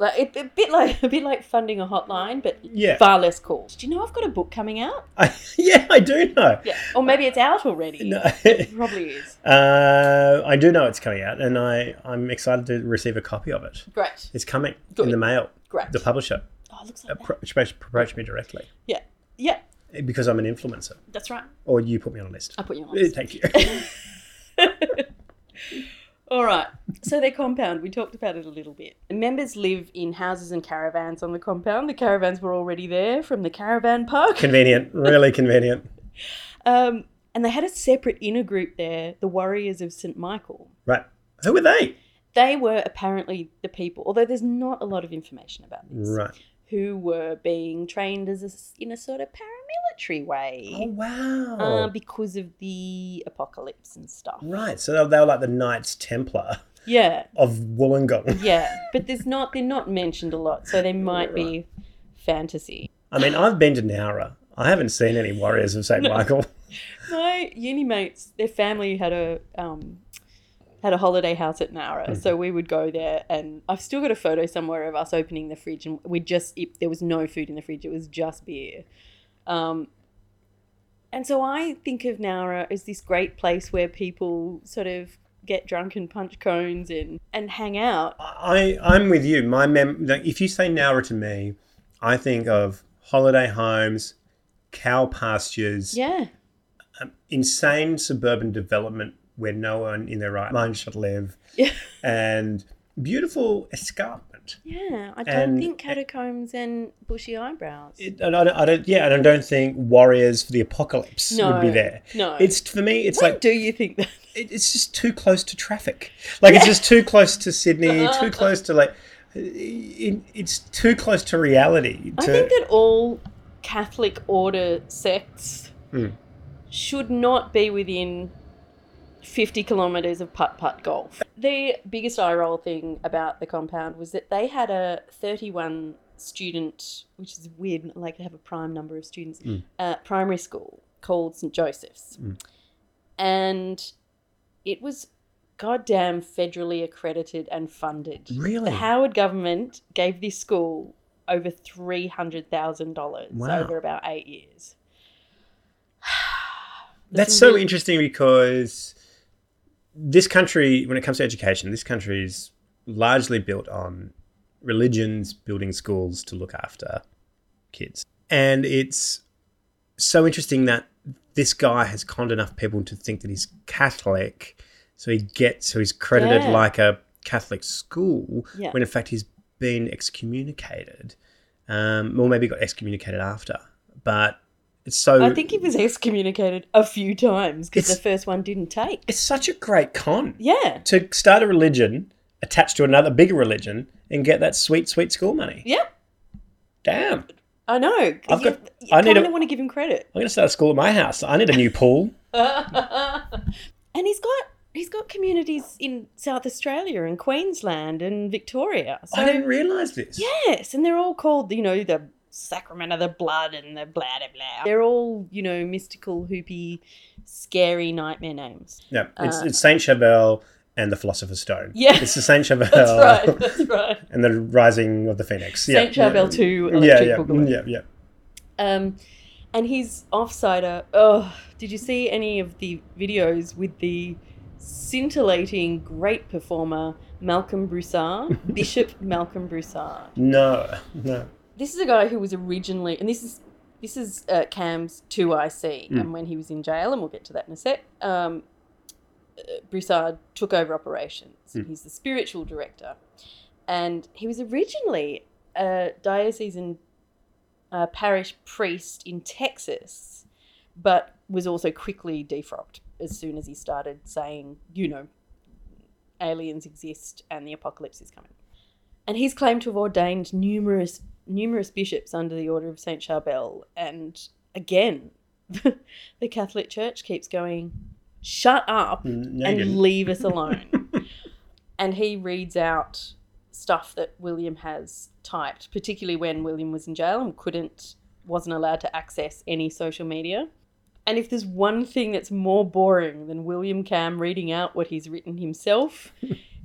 Speaker 2: Like, it, a bit like a bit like funding a hotline, but
Speaker 3: Yeah,
Speaker 2: far less cool. Do you know I've got a book coming out?
Speaker 3: I, yeah, I do know.
Speaker 2: Yeah, or maybe it's out already.
Speaker 3: No.
Speaker 2: It probably is.
Speaker 3: Uh, I do know it's coming out, and I I'm excited to receive a copy of it.
Speaker 2: Great,
Speaker 3: It's coming
Speaker 2: Good.
Speaker 3: in the mail.
Speaker 2: great.
Speaker 3: The publisher
Speaker 2: oh, it looks like that.
Speaker 3: appro- approached approached me directly eh,
Speaker 2: Yeah,
Speaker 3: because I'm an influencer,
Speaker 2: that's right.
Speaker 3: or you put me on a list.
Speaker 2: I put you on.
Speaker 3: Eh,
Speaker 2: List.
Speaker 3: Thank you.
Speaker 2: All right. So their compound, we talked about it a little bit. The members live in houses and caravans on the compound. The caravans were already there from the caravan park.
Speaker 3: convenient, really convenient.
Speaker 2: Um, and they had a separate inner group there, the Warriors of St. Michael.
Speaker 3: Right. Who are they?
Speaker 2: They were apparently the people, although there's not a lot of information about this,
Speaker 3: Right.
Speaker 2: who were being trained as a, in a sort of paramilitary
Speaker 3: Oh
Speaker 2: way
Speaker 3: wow.
Speaker 2: uh, because of the apocalypse and stuff.
Speaker 3: right. So they were, they were like the Knights Templar
Speaker 2: Yeah,
Speaker 3: of Wollongong.
Speaker 2: yeah. But there's not they're not mentioned a lot, so they might be fantasy.
Speaker 3: I mean, I've been to Nowra. I haven't seen any warriors of St.
Speaker 2: No.
Speaker 3: Michael.
Speaker 2: My uni mates, their family had a um, had a holiday house at Nara,
Speaker 3: Mhm.
Speaker 2: so we would go there, and I've still got a photo somewhere of us opening the fridge, and we just it, there was no food in the fridge; it was just beer. Um, and so I think of Nara as this great place where people sort of get drunk and punch cones and and hang out.
Speaker 3: I, I'm with you. My mem- like, if you say Nowra to me, I think of holiday homes, cow pastures,
Speaker 2: Yeah,
Speaker 3: um, insane suburban development where no one in their right mind should live,
Speaker 2: Yeah.
Speaker 3: and beautiful escarpment.
Speaker 2: yeah. I don't
Speaker 3: And-
Speaker 2: think catacombs and bushy eyebrows.
Speaker 3: It, and I, don't, I don't, yeah, and I don't think warriors for the apocalypse would be
Speaker 2: No.
Speaker 3: there.
Speaker 2: no,
Speaker 3: It's for me, it's
Speaker 2: Why
Speaker 3: like
Speaker 2: do you think that?
Speaker 3: it, it's just too close to traffic. Like it's just too close to Sydney, too close to like it, it's too close to reality. To,
Speaker 2: I think that all Catholic order sects
Speaker 3: Hmm.
Speaker 2: should not be within 50 kilometres of putt putt golf. The biggest eye roll thing about the compound was that they had a 31 student, which is weird, like they have a prime number of students,
Speaker 3: Hmm.
Speaker 2: uh, primary school called St Joseph's.
Speaker 3: Hmm.
Speaker 2: And it was goddamn federally accredited and funded.
Speaker 3: Really?
Speaker 2: The Howard government gave this school over three hundred thousand dollars
Speaker 3: Wow.
Speaker 2: over about eight years.
Speaker 3: That's
Speaker 2: some
Speaker 3: so
Speaker 2: real-
Speaker 3: interesting because this country, when it comes to education, this country is largely built on religions building schools to look after kids. And it's so interesting that this guy has conned enough people to think that he's Catholic. So he gets, so he's credited
Speaker 2: Yeah.
Speaker 3: like a Catholic school
Speaker 2: Yeah.
Speaker 3: when in fact he's been excommunicated. Um, or maybe got excommunicated after. But it's so.
Speaker 2: I think he was excommunicated a few times because the
Speaker 3: It's-
Speaker 2: first one didn't take.
Speaker 3: It's such a great con
Speaker 2: Yeah,
Speaker 3: to start a religion attached to another bigger religion and get that sweet, sweet school money.
Speaker 2: yeah,
Speaker 3: Damn.
Speaker 2: I know.
Speaker 3: I've
Speaker 2: you,
Speaker 3: got- I need
Speaker 2: kind
Speaker 3: a-
Speaker 2: of want to give him credit.
Speaker 3: I'm going to start a school at my house. I need a new pool.
Speaker 2: and he's got he's got communities in South Australia and Queensland and Victoria. So
Speaker 3: I didn't realize this.
Speaker 2: Yes, and they're all called, you know, the sacrament of the blood and the blah blah blah. They're all, you know, mystical, hoopy, scary nightmare names.
Speaker 3: No, it's,
Speaker 2: Uh,
Speaker 3: it's Saint Chevelle and the Philosopher's Stone.
Speaker 2: Yeah.
Speaker 3: It's the Saint Chevelle
Speaker 2: That's right. That's right.
Speaker 3: and the Rising of the Phoenix. Yeah.
Speaker 2: Saint Charbel two
Speaker 3: Yeah,
Speaker 2: electric
Speaker 3: yeah,
Speaker 2: boogaloo.
Speaker 3: yeah, yeah.
Speaker 2: Um, and his offsider. Oh, did you see any of the videos with the scintillating great performer Malcolm Broussard, Bishop Malcolm Broussard?
Speaker 3: No, no.
Speaker 2: this is a guy who was originally, and this is this is uh, Cam's two IC,
Speaker 3: Hmm.
Speaker 2: and when he was in jail, and we'll get to that in a sec. Um, uh, Broussard took over operations.
Speaker 3: Mm.
Speaker 2: He's the spiritual director, and he was originally a diocesan uh, parish priest in Texas, but was also quickly defrocked as soon as he started saying, you know, aliens exist and the apocalypse is coming. And he's claimed to have ordained numerous numerous bishops under the order of Saint Charbel. And again, the Catholic Church keeps going, shut up
Speaker 3: No, you
Speaker 2: and
Speaker 3: didn't.
Speaker 2: leave us alone. and he reads out stuff that William has typed, particularly when William was in jail and couldn't, wasn't allowed to access any social media. And if there's one thing that's more boring than William Cam reading out what he's written himself,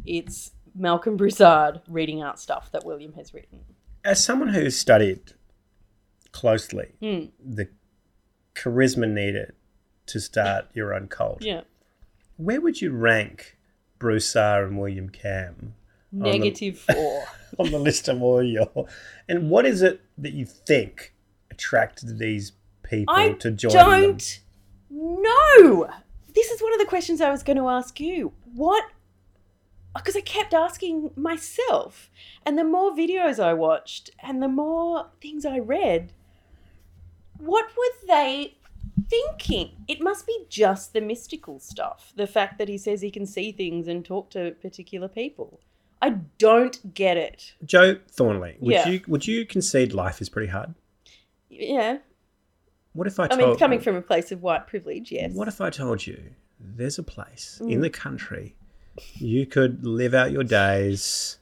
Speaker 2: it's Malcolm Broussard reading out stuff that William has written.
Speaker 3: As someone who's studied closely
Speaker 2: Mm,
Speaker 3: the charisma needed to start your own cult,
Speaker 2: yeah.
Speaker 3: where would you rank Broussard and William Cam the-
Speaker 2: Negative four.
Speaker 3: on the list of all your? And what is it that you think attracted these people
Speaker 2: I
Speaker 3: to join them?
Speaker 2: don't know. This is one of the questions I was going to ask you. What? Because I kept asking myself, and the more videos I watched, and the more things I read, what were they thinking? It must be just the mystical stuff. The fact that he says he can see things and talk to particular people. I don't get it.
Speaker 3: Joe Thornley, would
Speaker 2: Yeah.
Speaker 3: you would you concede life is pretty hard?
Speaker 2: Yeah.
Speaker 3: What if I
Speaker 2: I
Speaker 3: told
Speaker 2: mean, coming from a place of white privilege, yes.
Speaker 3: What if I told you there's a place
Speaker 2: Mm.
Speaker 3: in the country you could live out your days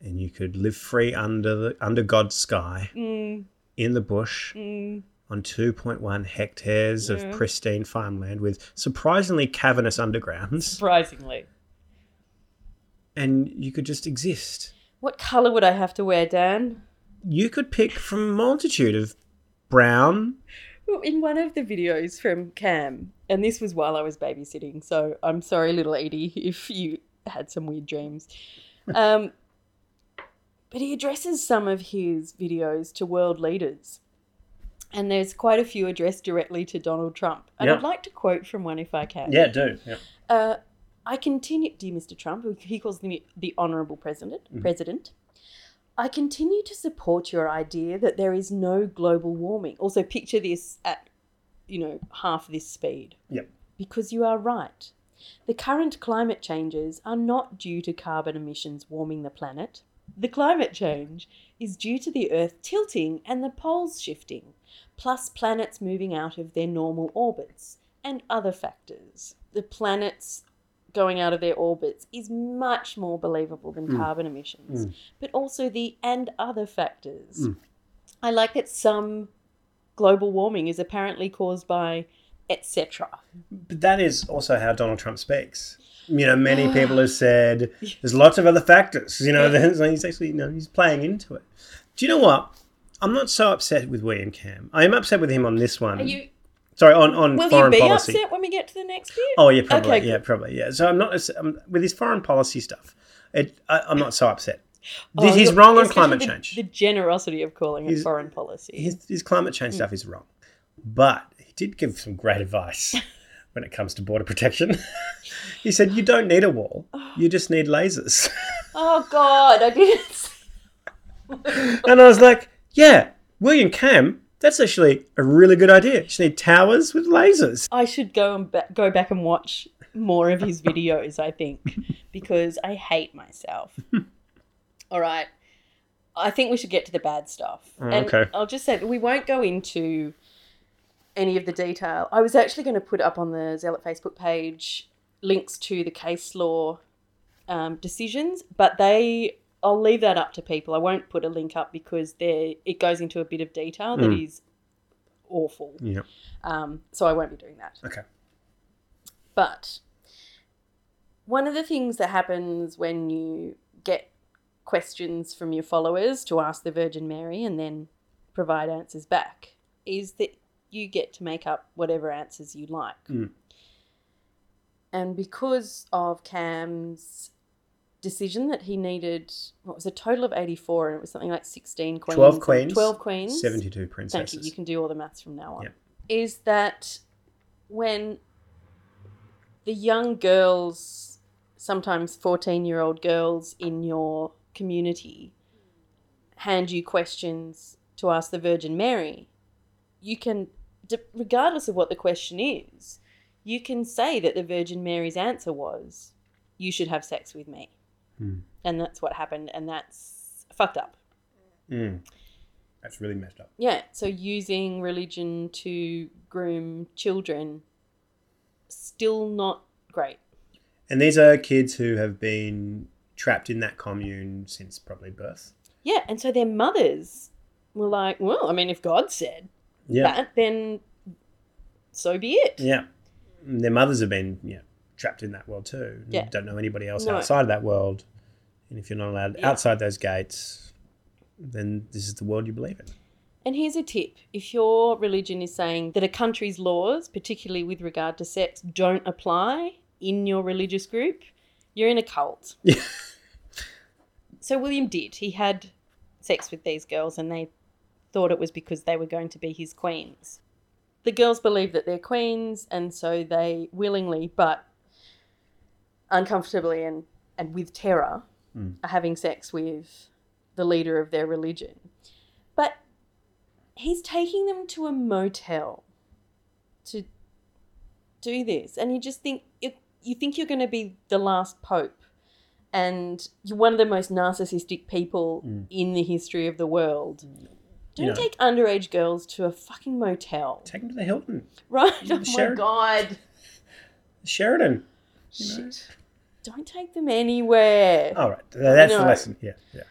Speaker 3: and you could live free under the under God's sky
Speaker 2: Mm,
Speaker 3: in the bush
Speaker 2: mm.
Speaker 3: on 2.1 hectares
Speaker 2: Yeah.
Speaker 3: of pristine farmland with surprisingly cavernous undergrounds
Speaker 2: Surprisingly.
Speaker 3: and you could just exist.
Speaker 2: What colour would I have to wear, Dan?
Speaker 3: You could pick from a multitude of brown,
Speaker 2: Well, In one of the videos from Cam, and this was while I was babysitting, so I'm sorry, little Edie, if you had some weird dreams. Um, but he addresses some of his videos to world leaders, and there's quite a few addressed directly to Donald Trump. And
Speaker 3: Yeah.
Speaker 2: I'd like to quote from one if I can.
Speaker 3: dude.
Speaker 2: Uh, I continue, dear Mr. Trump, he calls me the Honourable President.
Speaker 3: Mhm.
Speaker 2: President. I continue to support your idea that there is no global warming. Also, picture this at, you know, half this speed.
Speaker 3: Yep.
Speaker 2: Because you are right. The current climate changes are not due to carbon emissions warming the planet. The climate change is due to the Earth tilting and the poles shifting, plus planets moving out of their normal orbits and other factors. The planets going out of their orbits is much more believable than
Speaker 3: Mm.
Speaker 2: carbon emissions,
Speaker 3: Mm.
Speaker 2: but also the and other factors.
Speaker 3: Mm.
Speaker 2: I like that some global warming is apparently caused by etc.
Speaker 3: But that is also how Donald Trump speaks. You know, many people have said there's lots of other factors. You know, there's, he's actually you know, he's playing into it. Do you know what? I'm not so upset with William Cam. I am upset with him on this one.
Speaker 2: Are you
Speaker 3: Sorry, on on
Speaker 2: will you
Speaker 3: Hmm. foreign
Speaker 2: be
Speaker 3: policy.
Speaker 2: upset when we get to the next bit?
Speaker 3: Oh yeah, probably.
Speaker 2: Okay,
Speaker 3: yeah, probably. Yeah. So I'm not as- um, with his foreign policy stuff. It, I, I'm not so upset.
Speaker 2: Oh,
Speaker 3: This- he's
Speaker 2: look,
Speaker 3: wrong on
Speaker 2: especially
Speaker 3: climate
Speaker 2: the-
Speaker 3: change.
Speaker 2: The generosity of calling it
Speaker 3: He's-
Speaker 2: foreign policy.
Speaker 3: his, his climate change
Speaker 2: Hmm.
Speaker 3: stuff is wrong, but he did give some great advice when it comes to border protection. he said, "You don't need a wall; you just need lasers."
Speaker 2: oh God, I didn't. see-
Speaker 3: and I was like, "Yeah, William Cam, that's actually a really good idea. Just need towers with lasers."
Speaker 2: I should go and ba- go back and watch more of his videos. I think because I hate myself. All right, I think we should get to the bad stuff.
Speaker 3: Mm,
Speaker 2: and
Speaker 3: okay.
Speaker 2: I'll just say that we won't go into any of the detail. I was actually going to put up on the Zealot Facebook page links to the case law um, decisions, but they I'll leave that up to people. I won't put a link up because there it goes into a bit of detail that is
Speaker 3: Mm.
Speaker 2: awful.
Speaker 3: Yeah.
Speaker 2: Um, so I won't be doing that.
Speaker 3: Okay.
Speaker 2: But one of the things that happens when you get questions from your followers to ask the Virgin Mary and then provide answers back is that you get to make up whatever answers you like.
Speaker 3: Mm.
Speaker 2: And because of Cam's decision that he needed, what was a total of 84, and it was something like 16 queens.
Speaker 3: 12
Speaker 2: and-
Speaker 3: queens,
Speaker 2: 12 queens.
Speaker 3: Seventy-two
Speaker 2: Thank you.
Speaker 3: princesses.
Speaker 2: You can do all the maths from now on.
Speaker 3: Yep.
Speaker 2: Is that when the young girls, sometimes 14 year old girls in your community, hand you questions to ask the Virgin Mary, you can, d- regardless of what the question is, you can say that the Virgin Mary's answer was, You should have sex with me.
Speaker 3: Hmm.
Speaker 2: And that's what happened, and that's fucked up.
Speaker 3: Mm. That's really messed up.
Speaker 2: Yeah, so using religion to groom children, still not great.
Speaker 3: And these are kids who have been trapped in that commune since probably birth.
Speaker 2: Yeah, and so their mothers were like, well, I mean, if God said
Speaker 3: Yeah.
Speaker 2: that, then so be it.
Speaker 3: Yeah. And their mothers have been yeah, trapped in that world too. You
Speaker 2: Yeah.
Speaker 3: Don't know anybody else
Speaker 2: No.
Speaker 3: outside of that world. And if you're not allowed
Speaker 2: Yeah.
Speaker 3: outside those gates, then this is the world you believe in.
Speaker 2: And here's a tip if your religion is saying that a country's laws, particularly with regard to sex, don't apply in your religious group, you're in a cult.
Speaker 3: Yeah.
Speaker 2: so William did. He had sex with these girls and they thought it was because they were going to be his queens. The girls believe that they're queens and so they willingly but uncomfortably and, and with terror
Speaker 3: Mm.
Speaker 2: are having sex with the leader of their religion. But he's taking them to a motel to do this and you just think you, you think you're going to be the last pope and you're one of the most narcissistic people
Speaker 3: Mm.
Speaker 2: in the history of the world don't
Speaker 3: Yeah.
Speaker 2: take underage girls to a fucking motel
Speaker 3: Take them to the Hilton,
Speaker 2: right oh
Speaker 3: The
Speaker 2: my
Speaker 3: Sheraton.
Speaker 2: god
Speaker 3: Sheridan. You know?
Speaker 2: shit don't take them anywhere
Speaker 3: All right, th- that's
Speaker 2: No.
Speaker 3: the lesson. Yeah, yeah.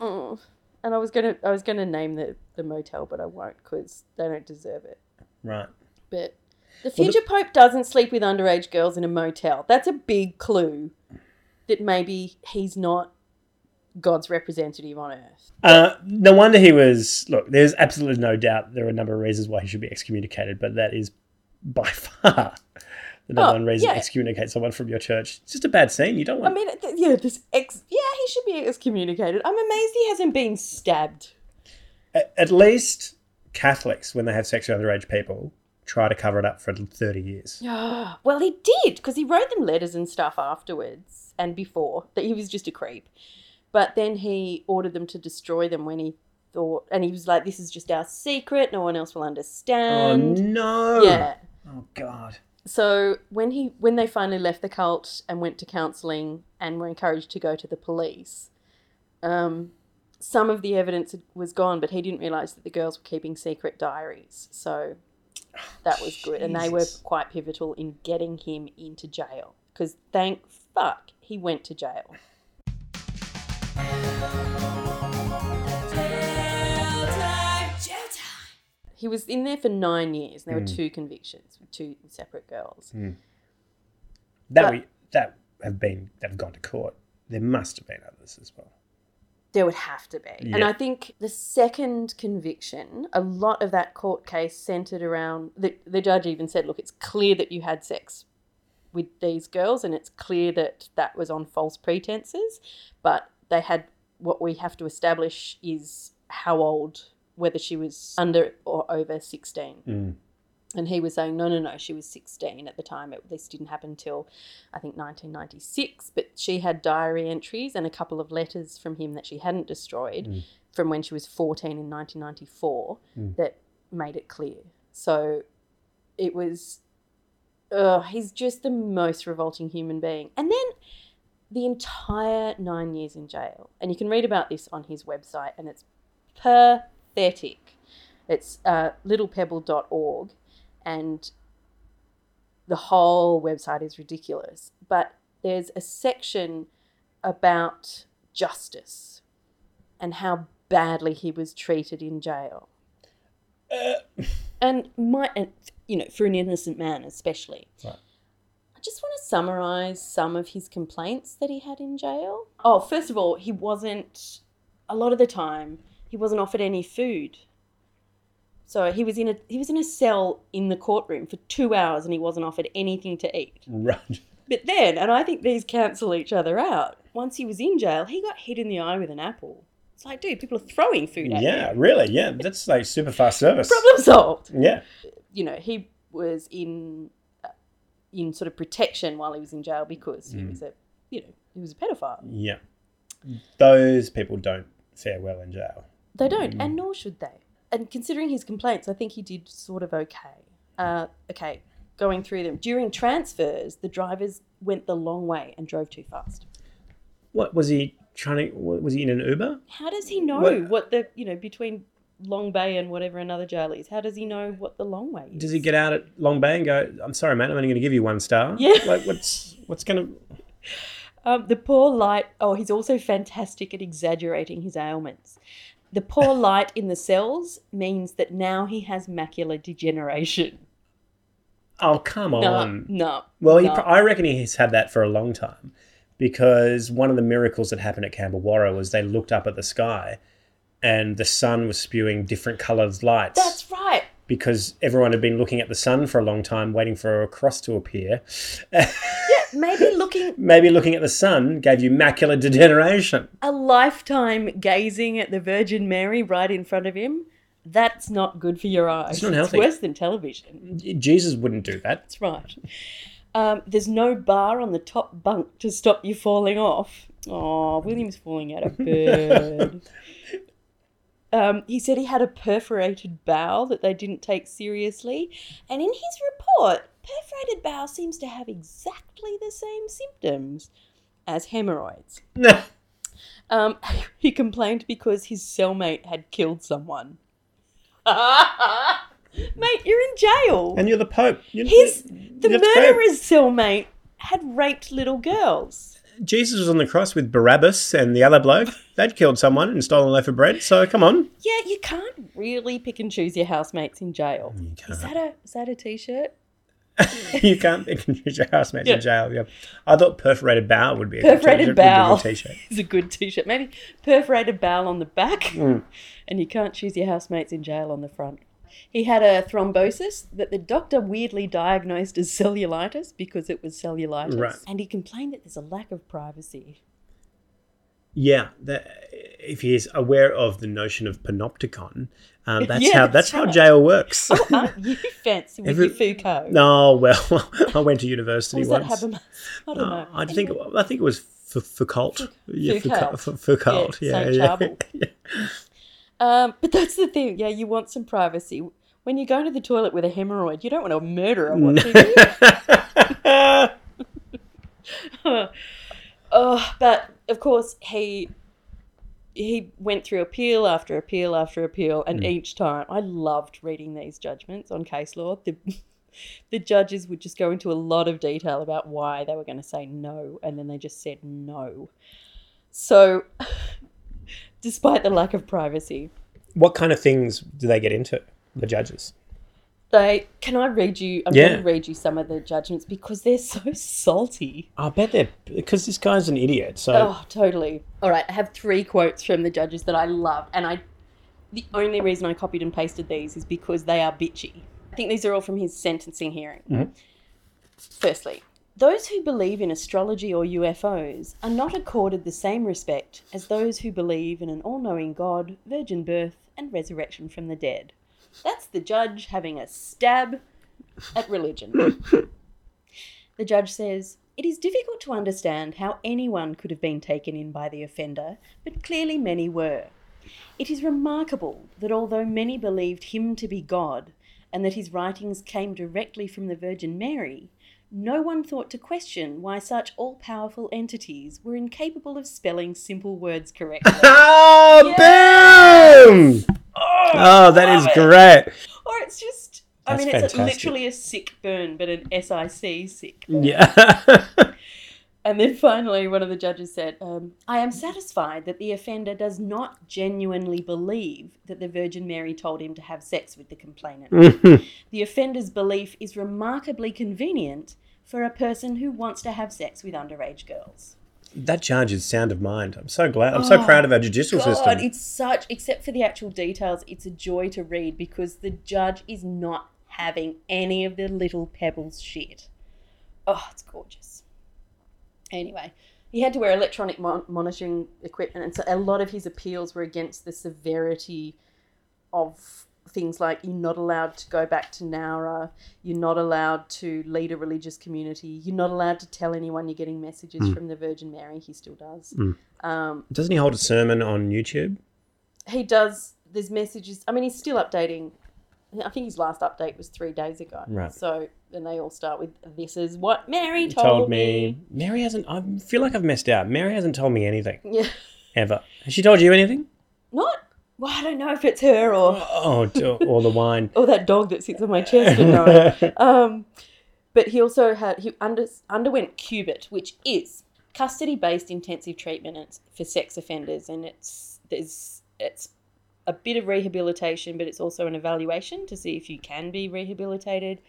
Speaker 2: Oh. and i was gonna i was gonna name the, the motel but i won't because they don't deserve it
Speaker 3: Right.
Speaker 2: But the
Speaker 3: Well, the-
Speaker 2: future pope doesn't sleep with underage girls in a motel. That's a big clue that maybe he's not God's representative on earth.
Speaker 3: Uh, no wonder he was. Look, there's absolutely no doubt there are a number of reasons why he should be excommunicated, but that is by far the number
Speaker 2: Oh,
Speaker 3: one reason
Speaker 2: yeah.
Speaker 3: to excommunicate someone from your church. It's just a bad scene. You don't
Speaker 2: I
Speaker 3: want.
Speaker 2: mean, th- yeah, this ex, yeah, he should be excommunicated. I'm amazed he hasn't been stabbed.
Speaker 3: A- at least Catholics, when they have sex with underage people, try to cover it up for 30 years.
Speaker 2: Yeah. Well, he did because he wrote them letters and stuff afterwards and before that he was just a creep. But then he ordered them to destroy them when he thought, and he was like, "This is just our secret. No one else will
Speaker 3: oh
Speaker 2: understand."
Speaker 3: no!
Speaker 2: Yeah.
Speaker 3: Oh god.
Speaker 2: so when he when they finally left the cult and went to counseling and were encouraged to go to the police um, some of the evidence had- was gone but he didn't realize that the girls were keeping secret diaries so that was good and they were
Speaker 3: Jesus.
Speaker 2: quite pivotal in getting him into jail because thank fuck he went to jail
Speaker 1: Jail time. Jail time.
Speaker 2: he was in there for nine years and there were
Speaker 3: Mm.
Speaker 2: two convictions with two separate girls
Speaker 3: That
Speaker 2: But-
Speaker 3: we that have been that have gone to court. There must have been others as well.
Speaker 2: There would have to be. And
Speaker 3: Yeah.
Speaker 2: I think the second conviction, a lot of that court case centered around the, the judge even said, look, it's clear that you had sex with these girls and it's clear that that was on false pretenses, but they had what we have to establish is how old, whether she was under or over 16.
Speaker 3: Mm.
Speaker 2: And he was saying, no, no, no, she was 16 at the time. It, this didn't happen till, I think, 1996. But she had diary entries and a couple of letters from him that she hadn't destroyed
Speaker 3: Mm.
Speaker 2: from when she was 14 in 1994
Speaker 3: Mm.
Speaker 2: that made it clear. So it was, ugh, he's just the most revolting human being. And then the entire nine years in jail. And you can read about this on his website, and it's pathetic. It's uh, littlepebble.org, and the whole website is ridiculous. But there's a section about justice and how badly he was treated in jail.
Speaker 3: Uh,
Speaker 2: And my, and, you know, for an innocent man especially.
Speaker 3: Right.
Speaker 2: I just want to summarize some of his complaints that he had in jail. Oh, first of all, he wasn't, a lot of the time, he wasn't offered any food. So he was in a he was in a cell in the courtroom for two hours and he wasn't offered anything to eat.
Speaker 3: Right.
Speaker 2: But then, and I think these cancel each other out. Once he was in jail, he got hit in the eye with an apple. It's like, dude, people are throwing food at
Speaker 3: Yeah,
Speaker 2: you.
Speaker 3: really. Yeah, that's like super fast service.
Speaker 2: Problem solved.
Speaker 3: Yeah.
Speaker 2: You know, he was in uh, in sort of protection while he was in jail because he
Speaker 3: Mm.
Speaker 2: was a you know he was a pedophile.
Speaker 3: Yeah. Those people don't fare well in jail.
Speaker 2: They don't,
Speaker 3: Mm.
Speaker 2: and nor should they. And considering his complaints, I think he did sort of okay. Uh, okay, going through them during transfers, the drivers went the long way and drove too fast.
Speaker 3: What was he trying to? wa- Was he in an Uber?
Speaker 2: How does he know
Speaker 3: Well-
Speaker 2: what, the you know between Long Bay and whatever another jail is? How does he know what the long way is?
Speaker 3: Does he get out at Long Bay and go? I'm sorry, mate. I'm only going to give you one star.
Speaker 2: Yeah.
Speaker 3: Like, what's what's going to?
Speaker 2: Um, the poor light. Oh, he's also fantastic at exaggerating his ailments. The poor light in the cells means that now he has macular degeneration.
Speaker 3: Oh, come
Speaker 2: no,
Speaker 3: on.
Speaker 2: no.
Speaker 3: Well, he,
Speaker 2: no.
Speaker 3: pr- I reckon he's had that for a long time because one of the miracles that happened at Camberwarra was they looked up at the sky and the sun was spewing different coloured lights
Speaker 2: That's right.
Speaker 3: because everyone had been looking at the sun for a long time waiting for a cross to appear.
Speaker 2: Maybe looking
Speaker 3: Maybe looking at the sun gave you macular degeneration.
Speaker 2: a lifetime gazing at the Virgin Mary right in front of him, that's not good for your eyes.
Speaker 3: It's not healthy.
Speaker 2: worse than television.
Speaker 3: Jesus wouldn't do that.
Speaker 2: That's right. Um, there's no bar on the top bunk to stop you falling off. Oh, William's falling out of bed. um, he said he had a perforated bowel that they didn't take seriously. And in his report, perforated bowel seems to have exactly the same symptoms as hemorrhoids.
Speaker 3: No.
Speaker 2: Um, he complained because his cellmate had killed someone. Mate, you're in jail.
Speaker 3: And you're the Pope. You're,
Speaker 2: His the
Speaker 3: you're
Speaker 2: murderer's cellmate had raped little girls.
Speaker 3: Pope. Jesus was on the cross with Barabbas and the other bloke. They'd killed someone and stolen a loaf of bread. So come on.
Speaker 2: Yeah, you can't really pick and choose your housemates in jail.
Speaker 3: You
Speaker 2: Is
Speaker 3: can't.
Speaker 2: that a is that a t-shirt?
Speaker 3: you can't pick and choose your housemates
Speaker 2: Yeah.
Speaker 3: in jail. Yeah. I thought perforated bowel would be a
Speaker 2: Perforated
Speaker 3: good t-shirt. would be a good
Speaker 2: bowel.
Speaker 3: t-shirt.
Speaker 2: It's a good t-shirt. Maybe perforated bowel on the back,
Speaker 3: Mm.
Speaker 2: and you can't choose your housemates in jail on the front. He had a thrombosis that the doctor weirdly diagnosed as cellulitis because it was cellulitis,
Speaker 3: Right.
Speaker 2: and he complained that there's a lack of privacy.
Speaker 3: Yeah, that, if he is aware of the notion of panopticon, um, that's
Speaker 2: Yeah,
Speaker 3: how
Speaker 2: that's
Speaker 3: that's how
Speaker 2: right. Oh,
Speaker 3: jail works.
Speaker 2: Aren't you fancy with
Speaker 3: Every-
Speaker 2: your Foucault?
Speaker 3: No, well, I went to university
Speaker 2: was that
Speaker 3: once.
Speaker 2: Habermas? I don't
Speaker 3: Uh,
Speaker 2: know.
Speaker 3: I think I think it was F- Foucault. Yeah,
Speaker 2: Foucault.
Speaker 3: Foucault. F- Foucault.
Speaker 2: Yeah,
Speaker 3: Yeah,
Speaker 2: Saint
Speaker 3: yeah,
Speaker 2: Charbel.
Speaker 3: yeah.
Speaker 2: Um, but that's the thing. Yeah, you want some privacy. When you go to the toilet with a hemorrhoid, you don't want to murder a watching you. oh, but of course he he went through appeal after appeal after appeal, and
Speaker 3: Mm.
Speaker 2: each time I loved reading these judgments on case law. The the judges would just go into a lot of detail about why they were going to say no, and then they just said no. So, despite the lack of privacy,
Speaker 3: what kind of things do they get into? The judges.
Speaker 2: They can I read you? I'm
Speaker 3: Yeah.
Speaker 2: going to read you some of the judgments because they're so salty.
Speaker 3: I bet they're because this guy's an idiot. So
Speaker 2: Oh, totally. All right, I have three quotes from the judges that I love, and I the only reason I copied and pasted these is because they are bitchy. I think these are all from his sentencing hearing.
Speaker 3: Mhm.
Speaker 2: Firstly, those who believe in astrology or UFOs are not accorded the same respect as those who believe in an all knowing God, virgin birth, and resurrection from the dead. That's the judge having a stab at religion. the judge says, It is difficult to understand how anyone could have been taken in by the offender, but clearly many were. It is remarkable that although many believed him to be God and that his writings came directly from the Virgin Mary, no one thought to question why such all powerful entities were incapable of spelling simple words correctly.
Speaker 3: Oh, boom! Oh, that is great.
Speaker 2: or it's just, I
Speaker 3: That's
Speaker 2: mean, it's a,
Speaker 3: fantastic.
Speaker 2: literally a sick burn, but an SIC sick burn.
Speaker 3: Yeah.
Speaker 2: And then finally, one of the judges said, um, I am satisfied that the offender does not genuinely believe that the Virgin Mary told him to have sex with the complainant. The offender's belief is remarkably convenient for a person who wants to have sex with underage girls.
Speaker 3: that judge is sound of mind. I'm so glad. I'm so
Speaker 2: Oh,
Speaker 3: proud of our judicial
Speaker 2: God,
Speaker 3: system.
Speaker 2: it's such, except for the actual details, it's a joy to read because the judge is not having any of the little pebbles shit. Oh, it's gorgeous. Anyway, he had to wear electronic mon- monitoring equipment, and so a lot of his appeals were against the severity of things like you're not allowed to go back to Nowra, you're not allowed to lead a religious community, you're not allowed to tell anyone you're getting messages from the Virgin Mary. He still does.
Speaker 3: Mm.
Speaker 2: Um,
Speaker 3: Doesn't he hold a sermon on YouTube?
Speaker 2: he does there's messages i mean he's still updating i think his last update was three days ago
Speaker 3: Right.
Speaker 2: so and they all start with this is what mary
Speaker 3: He
Speaker 2: told, me.
Speaker 3: Mary hasn't. I feel like I've messed out. Mary hasn't told me anything
Speaker 2: yeah
Speaker 3: ever. Has she told you anything?
Speaker 2: not well i don't know if it's her or
Speaker 3: Oh, d- or the wine.
Speaker 2: or that dog that sits on my chest at night um but he also had he under, underwent cubit which is custody based intensive treatment it's for sex offenders, and it's there's it's a bit of rehabilitation, but it's also an evaluation to see if you can be rehabilitated,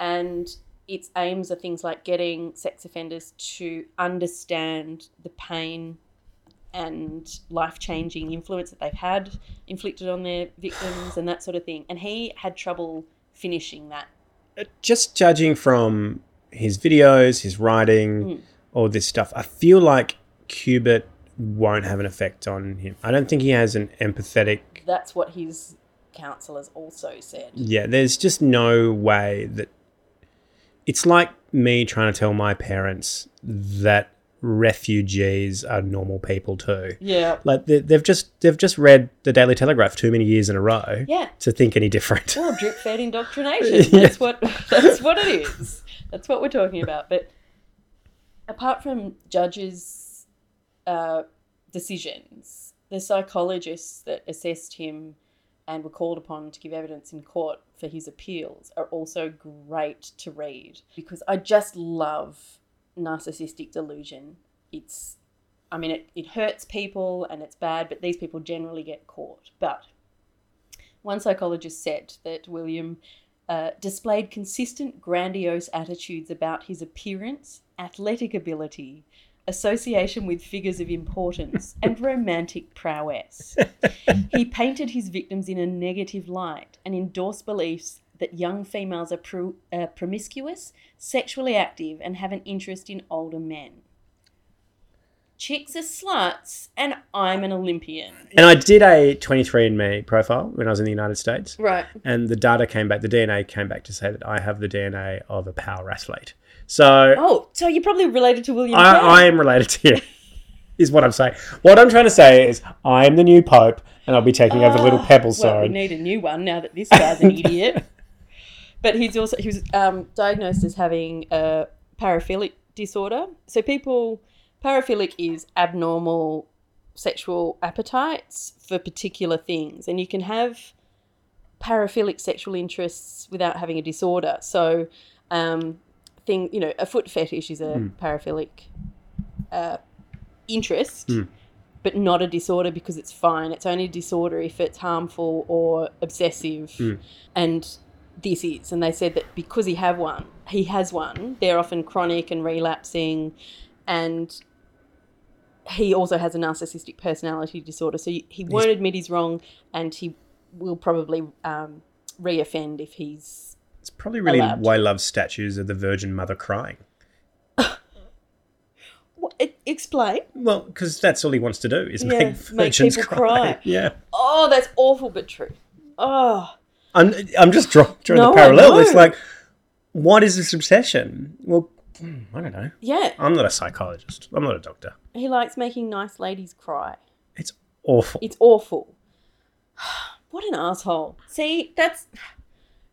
Speaker 2: and its aims are things like getting sex offenders to understand the pain and life changing influence that they've had inflicted on their victims and that sort of thing. And he had trouble finishing that.
Speaker 3: just judging from his videos, his writing,
Speaker 2: Mm.
Speaker 3: all this stuff, I feel like Cubit won't have an effect on him. I don't think he has an empathetic.
Speaker 2: That's what his counselors also said.
Speaker 3: Yeah, there's just no way that. It's like me trying to tell my parents that refugees are normal people too.
Speaker 2: Yeah.
Speaker 3: Like they, they've just they've just read the Daily Telegraph too many years in a row
Speaker 2: Yeah.
Speaker 3: to think any different.
Speaker 2: Well, drip fed indoctrination. That's what that's what it is. That's what we're talking about. But apart from judges' uh, decisions, the psychologists that assessed him and were called upon to give evidence in court for his appeals are also great to read because I just love narcissistic delusion. It's I mean, it, it hurts people and it's bad, but these people generally get caught. But one psychologist said that William uh, displayed consistent grandiose attitudes about his appearance, athletic ability, association with figures of importance, and romantic prowess. he painted his victims in a negative light and endorsed beliefs that young females are pro- uh, promiscuous, sexually active, and have an interest in older men. Chicks are sluts, and I'm an Olympian.
Speaker 3: And I did a 23andMe profile when I was in the United States.
Speaker 2: Right.
Speaker 3: and the data came back, the DNA came back to say that I have the DNA of a power athlete. So
Speaker 2: Oh, so you're probably related to William.
Speaker 3: I,
Speaker 2: Penn.
Speaker 3: I am related to you, is what I'm saying. What I'm trying to say is I am the new pope, and I'll be taking over the little
Speaker 2: Ah,
Speaker 3: pebble
Speaker 2: Well, we
Speaker 3: zone.
Speaker 2: need a new one now that this guy's an idiot. But he's also he was um, diagnosed as having a paraphilic disorder. So people paraphilic is abnormal sexual appetites for particular things, and you can have paraphilic sexual interests without having a disorder. So um, thing you know a foot fetish is a
Speaker 3: Hmm.
Speaker 2: paraphilic uh, interest
Speaker 3: Hmm.
Speaker 2: but not a disorder because it's fine. It's only a disorder if it's harmful or obsessive.
Speaker 3: Mm.
Speaker 2: And this is. And they said that because he have one, he has one. They're often chronic and relapsing, and he also has a narcissistic personality disorder. So he he won't admit he's wrong, and he will probably um, re-offend if he's.
Speaker 3: It's probably really
Speaker 2: allowed.
Speaker 3: why I love statues of the Virgin Mother crying.
Speaker 2: What, e- explain.
Speaker 3: Well, because that's all he wants to do is
Speaker 2: Yeah,
Speaker 3: make
Speaker 2: make
Speaker 3: virgins
Speaker 2: people
Speaker 3: cry.
Speaker 2: cry.
Speaker 3: Yeah,
Speaker 2: Oh, that's awful but true. Oh,
Speaker 3: I'm, I'm just draw, drawing
Speaker 2: No,
Speaker 3: the
Speaker 2: I
Speaker 3: parallel.
Speaker 2: know.
Speaker 3: It's like, what is this obsession? Well, hmm, I don't know.
Speaker 2: yeah.
Speaker 3: I'm not a psychologist. I'm not a doctor.
Speaker 2: He likes making nice ladies cry.
Speaker 3: It's awful.
Speaker 2: It's awful. What an asshole. See, that's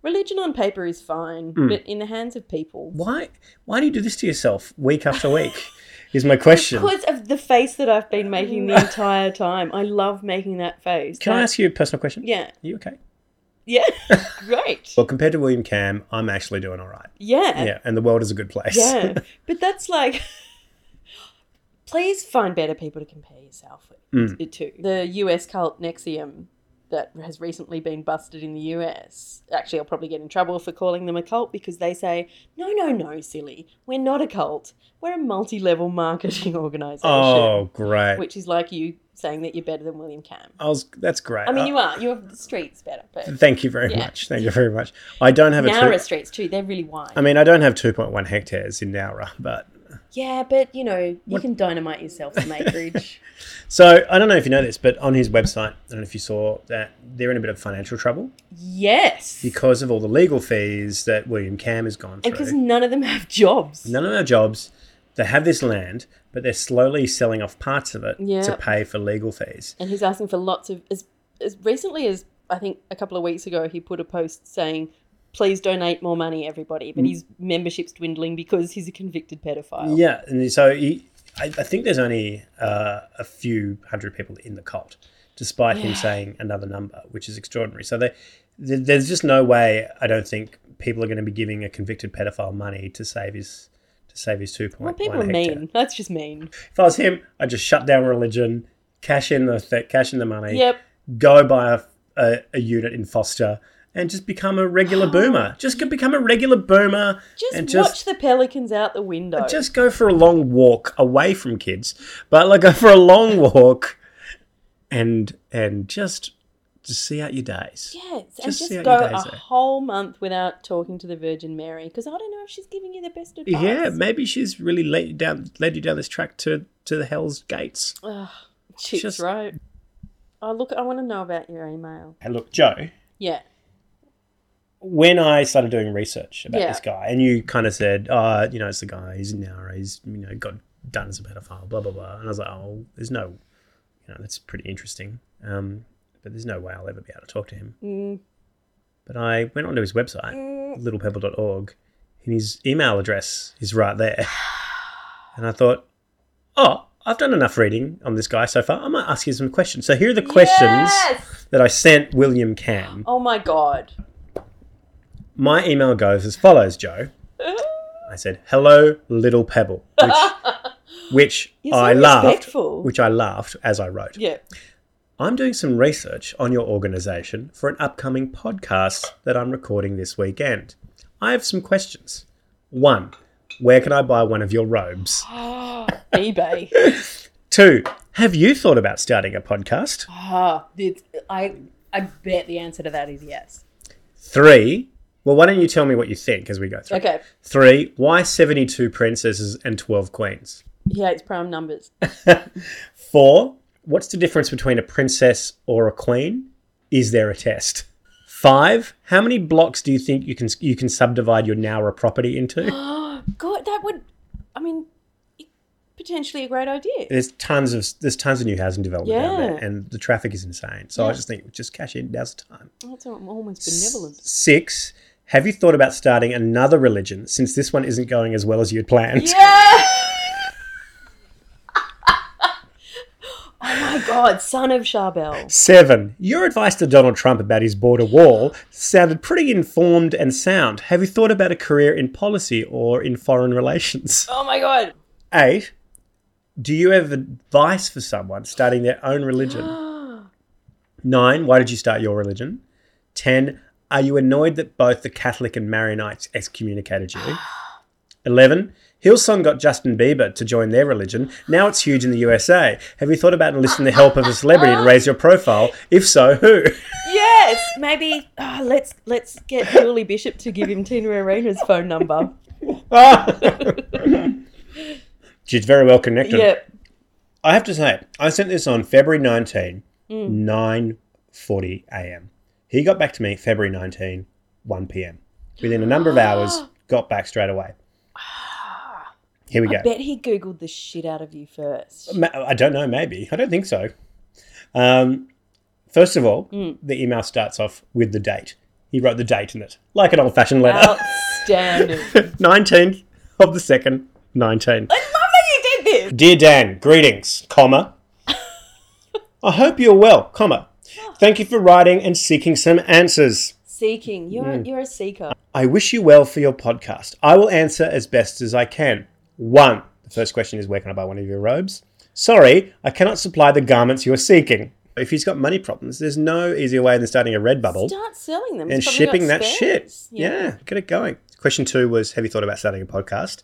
Speaker 2: religion on paper is fine,
Speaker 3: Hmm.
Speaker 2: but in the hands of people.
Speaker 3: why why do you do this to yourself week after week is my question
Speaker 2: Because of the face that I've been making the entire time. I love making that face.
Speaker 3: can i
Speaker 2: That-
Speaker 3: ask you a personal question
Speaker 2: Yeah.
Speaker 3: are you okay
Speaker 2: Yeah. Great.
Speaker 3: well compared to william cam i'm actually doing all right
Speaker 2: Yeah.
Speaker 3: yeah and the world is a good place
Speaker 2: Uh, Yeah. But that's like please find better people to compare yourself with
Speaker 3: Mm.
Speaker 2: to. The US cult Nexium that has recently been busted in the US. Actually, I'll probably get in trouble for calling them a cult because they say, "No, no, no, silly. We're not a cult. We're a multi-level marketing organization."
Speaker 3: oh great
Speaker 2: Which is like you saying that you're better than William Cam.
Speaker 3: i was that's great
Speaker 2: I mean,
Speaker 3: Uh,
Speaker 2: you are. You're the streets better, but
Speaker 3: thank you very
Speaker 2: Yeah.
Speaker 3: much thank you very much i don't have a
Speaker 2: Nowra
Speaker 3: two,
Speaker 2: streets too. They're really wide.
Speaker 3: i mean i don't have 2.1 hectares in nowra but
Speaker 2: yeah, but you know, you
Speaker 3: What-
Speaker 2: can dynamite yourself to make ridge.
Speaker 3: so i don't know if you know this but on his website i don't know if you saw that they're in a bit of financial trouble
Speaker 2: yes.
Speaker 3: because of all the legal fees that william cam has gone through
Speaker 2: And because none of them have jobs.
Speaker 3: none of our jobs. They have this land, but they're slowly selling off parts of it to
Speaker 2: Yeah.
Speaker 3: pay for legal fees.
Speaker 2: And he's asking for lots of as as recently as I think a couple of weeks ago he put a post saying, "Please donate more money, everybody." But his membership's dwindling because he's a convicted pedophile.
Speaker 3: Mm. Yeah, and so he, I, I think there's only uh, a few hundred people in the cult, despite him
Speaker 2: Yeah.
Speaker 3: saying another number, which is extraordinary. So they, th- there's just no way. I don't think people are going to be giving a convicted pedophile money to save his to save his two point.
Speaker 4: Well, people are mean. That's just mean.
Speaker 3: If I was him, I'd just shut down religion, cash in the th- cash in the money,
Speaker 4: Yep.
Speaker 3: go buy a, a, a unit in Foster, and just become a regular boomer. Just go- become a regular boomer
Speaker 4: Just
Speaker 3: and
Speaker 4: watch
Speaker 3: just
Speaker 4: the pelicans out the window.
Speaker 3: just go for a long walk away from kids, but like go for a long walk, and and just just see out your days.
Speaker 4: yes, and
Speaker 3: just see
Speaker 4: just
Speaker 3: how
Speaker 4: go
Speaker 3: your
Speaker 4: a
Speaker 3: days are.
Speaker 4: whole month without talking to the Virgin Mary because I don't know if she's giving you the best advice.
Speaker 3: Yeah, maybe she's really led you down led you down this track to to the hell's gates.
Speaker 4: Ugh, she's
Speaker 3: Just-
Speaker 4: right.
Speaker 2: Oh, look, I want to know about your email.
Speaker 3: Hey, look, Joe.
Speaker 2: Yeah.
Speaker 3: When I started doing research about
Speaker 2: Yeah.
Speaker 3: this guy, and you kind of said, "Oh, you know, it's the guy. He's an hour. He's you know got done as a pedophile. Blah blah blah." And I was like, "Oh, there's no, you know, that's pretty interesting." Um, but there's no way I'll ever be able to talk to him.
Speaker 2: Mm,
Speaker 3: But I went onto his website, littlepebble.org, and his email address is right there. And I thought, oh, I've done enough reading on this guy so far. I might ask you some questions. So here are the questions
Speaker 2: Yes!
Speaker 3: that I sent William Cam.
Speaker 2: Oh my god.
Speaker 3: My email goes as follows, Joe. I said, hello, little pebble, which, which
Speaker 4: You're so
Speaker 3: I laughed,
Speaker 4: respectful.
Speaker 3: which I laughed as I wrote.
Speaker 4: yeah.
Speaker 3: I'm doing some research on your organization for an upcoming podcast that I'm recording this weekend. I have some questions. One, where can I buy one of your robes?
Speaker 4: eBay.
Speaker 3: Two, have you thought about starting a podcast?
Speaker 4: Ah, it's, I I bet the answer to that is yes.
Speaker 3: Three, well, why don't you tell me what you think as we go through?
Speaker 4: Okay.
Speaker 3: Three, why 72 princesses and 12 queens?
Speaker 2: He hates prime numbers.
Speaker 3: Four, what's the difference between a princess or a queen? Is there a test? Five, how many blocks do you think you can you can subdivide your Nowra property into?
Speaker 2: God, that would. I mean, it- potentially a great idea.
Speaker 3: there's tons of there's tons of new housing development down there,
Speaker 2: Yeah.
Speaker 3: and the traffic is insane. So I just think just cash in. Now's the time.
Speaker 2: That's almost benevolent.
Speaker 3: Six. Have you thought about starting another religion since this one isn't going as well as you'd planned?
Speaker 2: Yeah!
Speaker 4: Oh My God, son of Charbel.
Speaker 3: Seven. Your advice to Donald Trump about his border wall sounded pretty informed and sound. Have you thought about a career in policy or in foreign relations?
Speaker 2: Oh my god.
Speaker 3: Eight. Do you have advice for someone starting their own religion? Nine, why did you start your religion? Ten, are you annoyed that both the Catholic and Maronites excommunicated you? Eleven, Hillsong got Justin Bieber to join their religion. Now it's huge in the USA. Have you thought about enlisting the help of a celebrity to raise your profile? If so, who?
Speaker 4: Yes, maybe ah, let's let's get Julie Bishop to give him Tina Arena's phone number.
Speaker 3: She's very well connected.
Speaker 4: Yep.
Speaker 3: I have to say, I sent this on February 19, 9.40 a.m. He got back to me February 19, 1 p.m. Within a number of hours, got back straight away. Here we go.
Speaker 4: Bet he googled the shit out of you first.
Speaker 3: Ma- I don't know, maybe. I don't think so. Um, first of all, the email starts off with the date. He wrote the date in it, like an old-fashioned letter.
Speaker 4: Outstanding.
Speaker 3: 19th of the 2nd, 19.
Speaker 4: I love that you did this.
Speaker 3: Dear Dan, greetings, comma. I hope you're well, comma. Thank you for writing and seeking some answers.
Speaker 4: Seeking. You're
Speaker 3: Hmm.
Speaker 4: you're a seeker.
Speaker 3: I wish you well for your podcast. I will answer as best as I can. One, the first question is where can I buy one of your robes? Sorry, I cannot supply the garments you are seeking. If he's got money problems, there's no easier way than starting a red bubble
Speaker 4: Start selling them.
Speaker 3: Oh. and
Speaker 4: He's probably got
Speaker 3: shipping that
Speaker 4: spares.
Speaker 3: shit. Yeah. get it going. Question two was Have you thought about starting a podcast?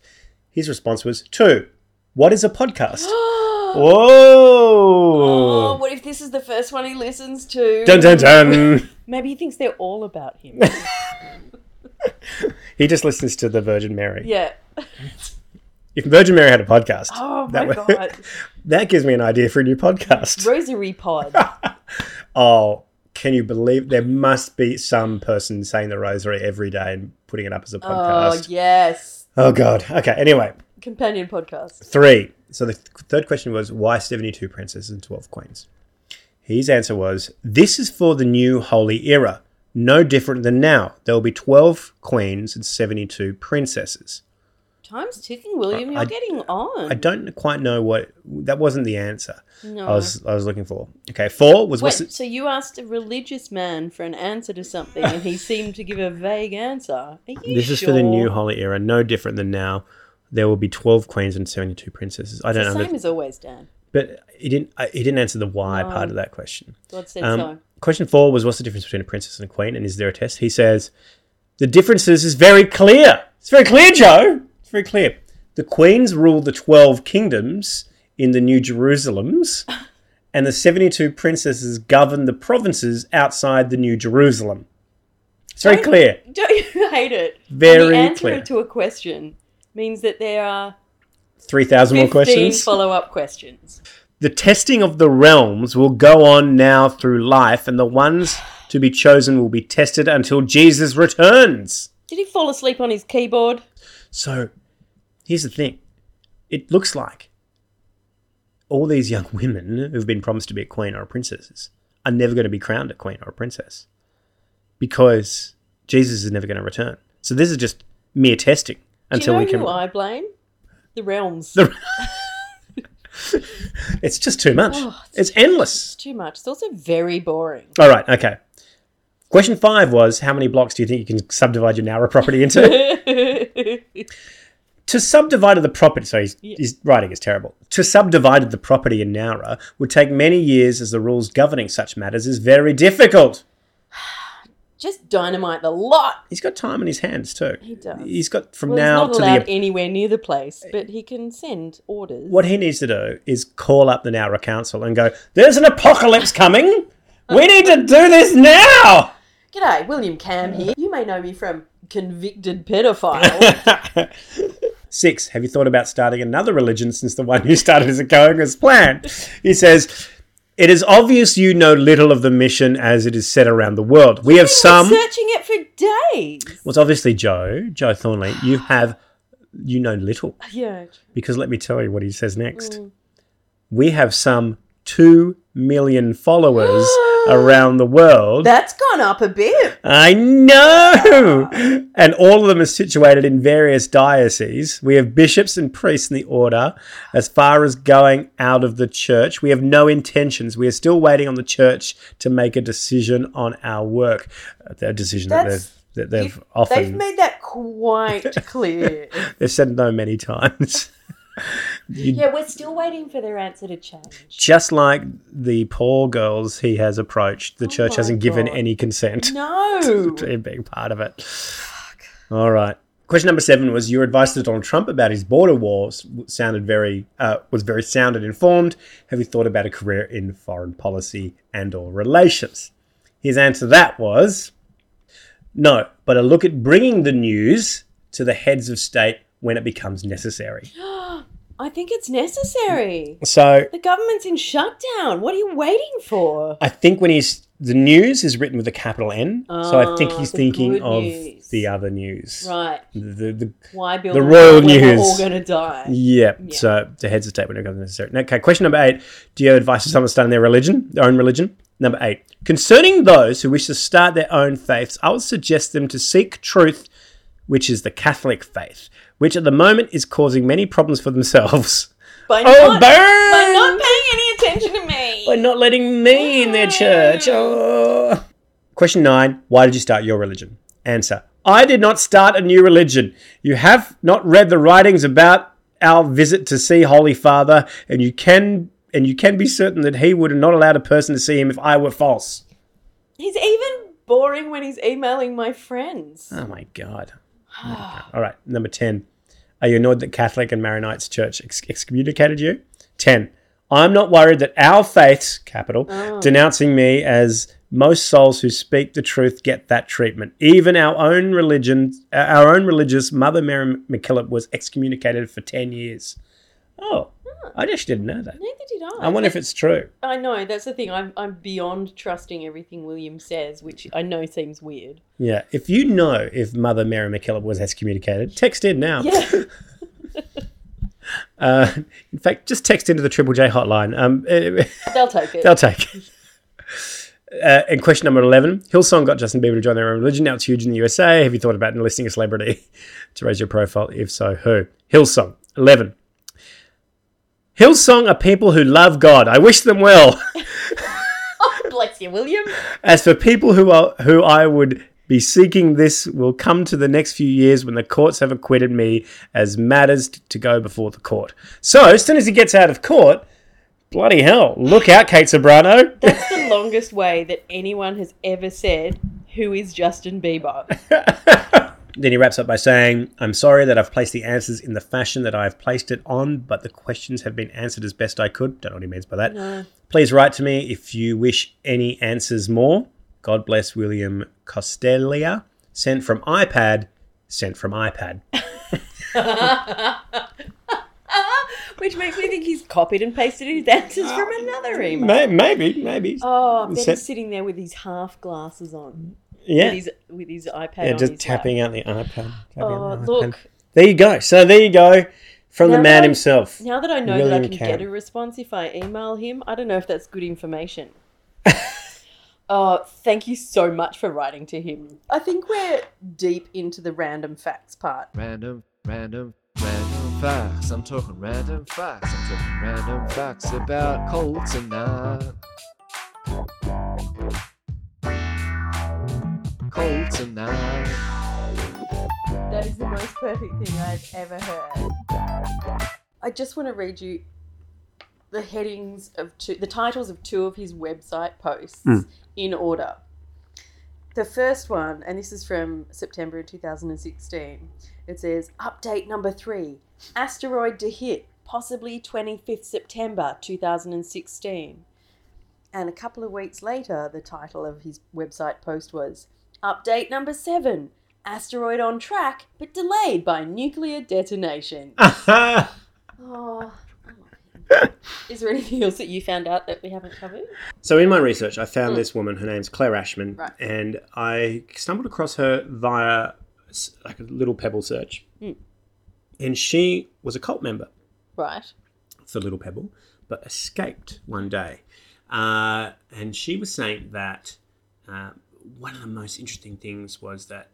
Speaker 3: His response was Two, what is a podcast?
Speaker 2: Oh,
Speaker 4: Oh,
Speaker 3: Whoa!
Speaker 2: what if this is the first one he listens to?
Speaker 3: Oh. Dun dun dun!
Speaker 4: Maybe he thinks they're all about him.
Speaker 3: He just listens to the Virgin Mary.
Speaker 2: Yeah.
Speaker 3: If Virgin Mary had a podcast,
Speaker 2: Oh my
Speaker 3: that would-
Speaker 2: god.
Speaker 3: that gives me an idea for a new podcast.
Speaker 4: Rosary pod.
Speaker 3: Oh, can you believe there must be some person saying the rosary every day and putting it up as a
Speaker 2: Oh
Speaker 3: podcast?
Speaker 2: yes.
Speaker 3: Oh, God. Okay. Anyway,
Speaker 2: Companion podcast.
Speaker 3: three. So the th- third question was why 72 princesses and 12 queens? His answer was this is for the new holy era. No different than now. There will be 12 queens and 72 princesses.
Speaker 4: Time's ticking, William. You're
Speaker 3: I-
Speaker 4: getting on.
Speaker 3: I don't quite know what that wasn't the answer
Speaker 4: no.
Speaker 3: I was I was looking for. Okay, four was
Speaker 4: Wait,
Speaker 3: what's
Speaker 4: so you asked a religious man for an answer to something, and he seemed to give a vague answer. Are you
Speaker 3: This is for
Speaker 4: sure?
Speaker 3: the new holy era, no different than now. there will be 12 queens and 72 princesses. I don't
Speaker 2: the
Speaker 3: know.
Speaker 2: same as always, Dan.
Speaker 3: but he didn't, I- he didn't answer the why
Speaker 2: No.
Speaker 3: part of that question.
Speaker 2: God said
Speaker 3: Um,
Speaker 2: so.
Speaker 3: Question four was what's the difference between a princess and a queen, and is there a test? He says the differences is very clear. It's very clear, Joe. It's very clear. The queens rule the twelve kingdoms in the New Jerusalems, and the seventy-two princesses govern the provinces outside the New Jerusalem. It's very
Speaker 2: Don't-
Speaker 3: clear.
Speaker 2: Don't you hate it? And
Speaker 3: Very
Speaker 2: the answer
Speaker 3: clear.
Speaker 2: to a question means that there are
Speaker 3: Three thousand more
Speaker 2: 15
Speaker 3: questions.
Speaker 2: follow up questions.
Speaker 3: The testing of the realms will go on now through life, and the ones to be chosen will be tested until Jesus returns.
Speaker 2: Did he fall asleep on his keyboard?
Speaker 3: So here's the thing it looks like all these young women who've been promised to be a queen or a princesses are never going to be crowned a queen or a princess because Jesus is never going to return. So this is just mere testing until
Speaker 2: Do you know
Speaker 3: we can.
Speaker 2: who I blame? The realms.
Speaker 3: The- It's just too much.
Speaker 2: Oh,
Speaker 3: it's endless.
Speaker 2: it's too much. It's also very boring.
Speaker 3: All right, okay. Question five was how many blocks do you think you can subdivide your Nowra property into?
Speaker 2: That's
Speaker 3: to subdivide the property, so he's,
Speaker 2: Yeah.
Speaker 3: his writing is terrible. To subdivide the property in Nowra would take many years, as the rules governing such matters is very difficult.
Speaker 2: just dynamite the lot.
Speaker 3: He's got time on his hands too.
Speaker 2: He does.
Speaker 3: He's got from
Speaker 2: well,
Speaker 3: now
Speaker 2: he's
Speaker 3: to
Speaker 2: not allowed
Speaker 3: the
Speaker 2: anywhere near the place, but he can send orders.
Speaker 3: what he needs to do is call up the Nowra Council and go. There's an apocalypse coming. we need to do this now.
Speaker 2: G'day, William Cam here. You may know me from convicted pedophile.
Speaker 3: Six, have you thought about starting another religion since the one you started as a Kohagas plan? He says, It is obvious you know little of the mission as it is set around the world. We have some.
Speaker 2: searching it for days.
Speaker 3: Well, it's obviously Joe, Joe Thornley. You have, you know little.
Speaker 2: Yeah.
Speaker 3: Because let me tell you what he says next.
Speaker 2: Mm.
Speaker 3: We have some 2 million followers around the world.
Speaker 2: That's gone up a bit.
Speaker 3: I know! And all of them are situated in various dioceses. We have bishops and priests in the order. As far as going out of the church, we have no intentions. We are still waiting on the church to make a decision on our work. A decision
Speaker 2: That's-
Speaker 3: that they've, that they've
Speaker 2: You-
Speaker 3: often.
Speaker 2: They've made that quite clear.
Speaker 3: They've said no many times.
Speaker 2: yeah, we're still waiting for their answer to change.
Speaker 3: Just like the poor girls he has approached, the church
Speaker 2: Oh my
Speaker 3: hasn't given
Speaker 2: God.
Speaker 3: any consent
Speaker 2: No.
Speaker 3: to him being part of it. All right. Question number seven was your advice to Donald Trump about his border wars sounded very uh, was very sound and informed. Have you thought about a career in foreign policy and or relations? His answer to that was no, but a look at bringing the news to the heads of state when it becomes necessary.
Speaker 2: I think it's necessary.
Speaker 3: So
Speaker 2: The government's in shutdown. What are you waiting for?
Speaker 3: I think when he's the news is written with a capital N, so I think
Speaker 2: Ah,
Speaker 3: he's
Speaker 2: the
Speaker 3: thinking
Speaker 2: good
Speaker 3: of
Speaker 2: news.
Speaker 3: the other news.
Speaker 2: Right.
Speaker 3: The, the,
Speaker 2: Why build
Speaker 3: The
Speaker 2: a wall
Speaker 3: royal
Speaker 2: when We're
Speaker 3: news.
Speaker 2: all going to die.
Speaker 3: yeah,
Speaker 2: Yeah.
Speaker 3: so the heads of state when it comes necessary. Okay, question number eight. Do you have advice for someone starting their religion, their own religion? Number eight. Concerning those who wish to start their own faiths, I would suggest them to seek truth, which is the Catholic faith, which at the moment is causing many problems for themselves.
Speaker 2: By,
Speaker 3: Oh,
Speaker 2: not, by
Speaker 3: burn!
Speaker 2: not paying any attention to me.
Speaker 3: by not letting me in their church. Oh. Question nine Why did you start your religion? Answer I did not start a new religion. You have not read the writings about our visit to see Holy Father, and you can. And you can be certain that he would have not allowed a person to see him if I were false.
Speaker 2: He's even boring when he's emailing my friends.
Speaker 3: Oh my God. All right, number 10. Are you annoyed that Catholic and Maronites Church ex- excommunicated you? 10. I'm not worried that our faiths, capital,
Speaker 2: Oh.
Speaker 3: denouncing me as most souls who speak the truth get that treatment. Even our own religion, our own religious Mother Mary MacKillop was excommunicated for 10 years. Oh, I just didn't know that.
Speaker 2: Neither did I.
Speaker 3: I wonder if it's true.
Speaker 2: I know that's the thing. I'm I'm beyond trusting everything William says, which I know seems weird.
Speaker 3: Yeah. If you know if Mother Mary MacKillop was excommunicated, text in now.
Speaker 2: Yeah.
Speaker 3: Uh, in fact, just text into the Triple J hotline. Um,
Speaker 2: They'll take it.
Speaker 3: They'll take it. Uh, and question number 11 Hillsong got Justin Bieber to join their own religion. Now it's huge in the USA. Have you thought about enlisting a celebrity to raise your profile? If so, who? Hillsong. 11. Hillsong are people who love God. I wish them well.
Speaker 4: Oh,
Speaker 2: Bless you, William.
Speaker 3: As for people who are who I would Be seeking this will come to the next few years when the courts have acquitted me as matters t- to go before the court. So, as soon as he gets out of court, bloody hell, look out, Kate Sobrano.
Speaker 4: That's the longest way that anyone has ever said, Who is Justin Bieber?
Speaker 3: Then he wraps up by saying, I'm sorry that I've placed the answers in the fashion that I've placed it on, but the questions have been answered as best I could. Don't know what he means by that. Please write to me if you wish any answers more. God bless William Costelia. Sent from iPad. Sent from iPad.
Speaker 4: Which makes me think he's copied and pasted his answers from another email.
Speaker 3: Maybe, maybe.
Speaker 4: Oh, Ben
Speaker 3: Set-
Speaker 4: is sitting there with his half glasses on,
Speaker 3: yeah.
Speaker 4: with his with his iPad.
Speaker 3: yeah,
Speaker 4: on
Speaker 3: just
Speaker 4: his
Speaker 3: tapping out the iPad. tapping
Speaker 4: Lap.
Speaker 3: out
Speaker 4: Oh,
Speaker 3: the iPad.
Speaker 4: look!
Speaker 3: There you go. So there you go from
Speaker 4: Now
Speaker 3: the man
Speaker 4: that-
Speaker 3: himself.
Speaker 4: Now that I know that
Speaker 3: William
Speaker 4: I can
Speaker 3: Cam.
Speaker 4: get a response if I email him, I don't know if that's good information. Oh, thank you so much for writing to him.
Speaker 2: I think we're deep into the random facts part.
Speaker 5: Random, random, random facts. I'm talking random facts. I'm talking random facts about colds and that. Colds and that.
Speaker 2: That is the most perfect thing I've ever heard. I just want to read you the headings of two, the titles of two of his website posts
Speaker 3: Mm.
Speaker 2: in order. The first one, and this is from September 2016, it says Update number three asteroid to hit, possibly 25th September 2016. And a couple of weeks later, the title of his website post was Update number seven asteroid on track, but delayed by nuclear detonation.
Speaker 3: Aha!
Speaker 2: Oh, is there anything else that you found out that we haven't covered?
Speaker 3: So in my research, I
Speaker 4: Mm.
Speaker 3: found this woman. Her name's Claire Ashman,
Speaker 2: Right.
Speaker 3: and I stumbled across her via s- like a little Pebble search.
Speaker 2: Mm.
Speaker 3: And she was a cult member
Speaker 2: Right.
Speaker 3: for Little Pebble, but escaped one day. Uh, and she was saying that uh, one of the most interesting things was that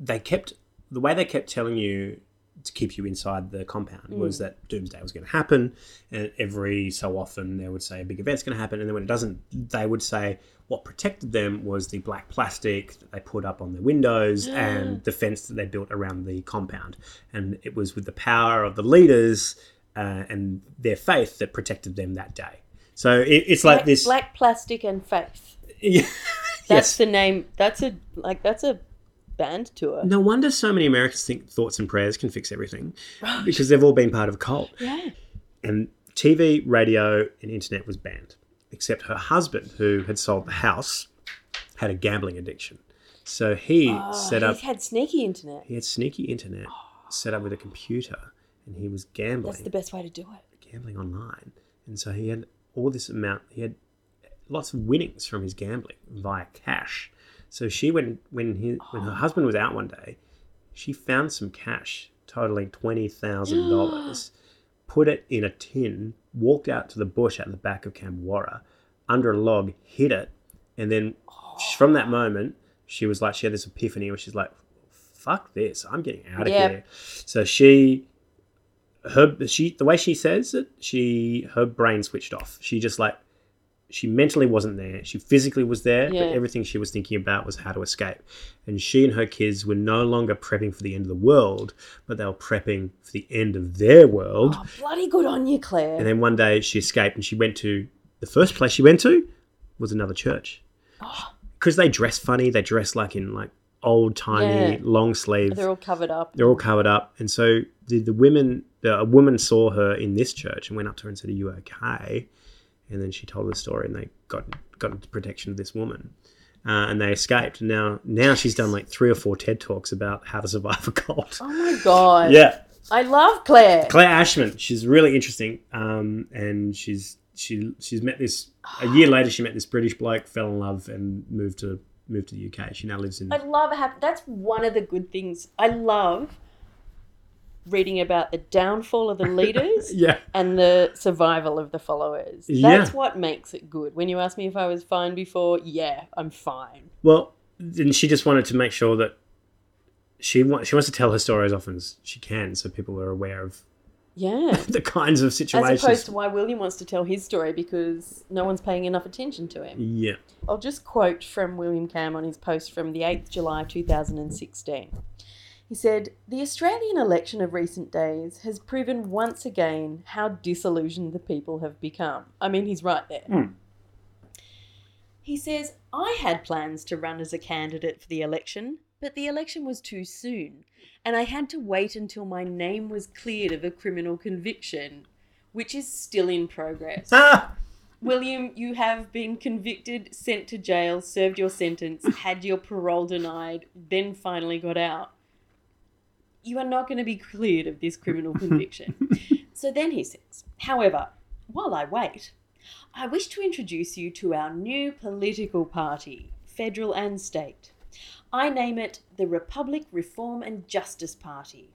Speaker 3: they kept the way they kept telling you to keep you inside the compound
Speaker 4: Mm.
Speaker 3: was that doomsday was going to happen and every so often they would say a big event's going to happen and then when it doesn't they would say what protected them was the black plastic that they put up on their windows and the fence that they built around the compound and it was with the power of the leaders uh, and their faith that protected them that day so it, it's like
Speaker 4: Black,
Speaker 3: this
Speaker 4: black plastic and faith.
Speaker 3: yes
Speaker 4: That's the name. That's a like that's a band tour.
Speaker 3: No wonder so many Americans think thoughts and prayers can fix everything because they've all been part of a cult.
Speaker 4: Yeah.
Speaker 3: And TV, radio, and internet was banned, except her husband, who had sold the house, had a gambling addiction. So he set
Speaker 4: Oh,
Speaker 3: up,
Speaker 4: He's had sneaky internet.
Speaker 3: he had sneaky internet set up with a computer and he was gambling
Speaker 4: That's the best way to do it.
Speaker 3: gambling online. And so he had all this amount, he had lots of winnings from his gambling via cash. So she, when, when, he, when her husband was out one day, she found some cash totaling $20,000, put it in a tin, walked out to the bush at the back of Camwara, under a log, hid it. And then from that moment, she was like, she had this epiphany where she's like, fuck this, I'm getting out of
Speaker 2: Yeah.
Speaker 3: here. So she her she the way she says it she her brain switched off she just like she mentally wasn't there she physically was there
Speaker 4: Yeah.
Speaker 3: but everything she was thinking about was how to escape and she and her kids were no longer prepping for the end of the world but they were prepping for the end of their world
Speaker 4: Oh, bloody good on you, Claire.
Speaker 3: and then one day she escaped and she went to the first place she went to was another church
Speaker 4: Oh.
Speaker 3: because they dress funny they dress like in like old tiny
Speaker 4: Yeah.
Speaker 3: long sleeve
Speaker 4: They're all covered up.
Speaker 3: they're all covered up. And so the, the women, the, a woman saw her in this church and went up to her and said, "Are you okay?" And then she told the story, and they got got into protection of this woman, uh, and they escaped. And now now she's done like three or four TED talks about how to survive a cult.
Speaker 2: Oh my god.
Speaker 3: Yeah,
Speaker 2: I love Claire.
Speaker 3: Claire Ashman, she's really interesting, um, and she's she she's met this a year later. She met this British bloke, fell in love, and moved to moved to the UK. She now lives in
Speaker 4: I love how that's one of the good things. I love reading about the downfall of the leaders
Speaker 3: yeah.
Speaker 4: and the survival of the followers. That's
Speaker 3: Yeah.
Speaker 4: what makes it good. When you asked me if I was fine before, yeah, I'm fine.
Speaker 3: Well, then she just wanted to make sure that she wants she wants to tell her story as often as she can, so people are aware of
Speaker 2: Yeah.
Speaker 3: the kinds of
Speaker 2: As
Speaker 3: situations.
Speaker 2: opposed to why William wants to tell his story because no one's paying enough attention to him.
Speaker 3: yeah.
Speaker 2: I'll just quote from William Cam on his post from the 8th July 2016. He said, The Australian election of recent days has proven once again how disillusioned the people have become. I mean, he's right there.
Speaker 3: Hmm.
Speaker 2: He says, I had plans to run as a candidate for the election, but the election was too soon, and I had to wait until my name was cleared of a criminal conviction, which is still in progress.
Speaker 3: Ah,
Speaker 2: William, you have been convicted, sent to jail, served your sentence, had your parole denied, then finally got out. You are not going to be cleared of this criminal conviction. so then he says, however, while I wait, I wish to introduce you to our new political party, federal and state. I name it the Republic Reform and Justice Party.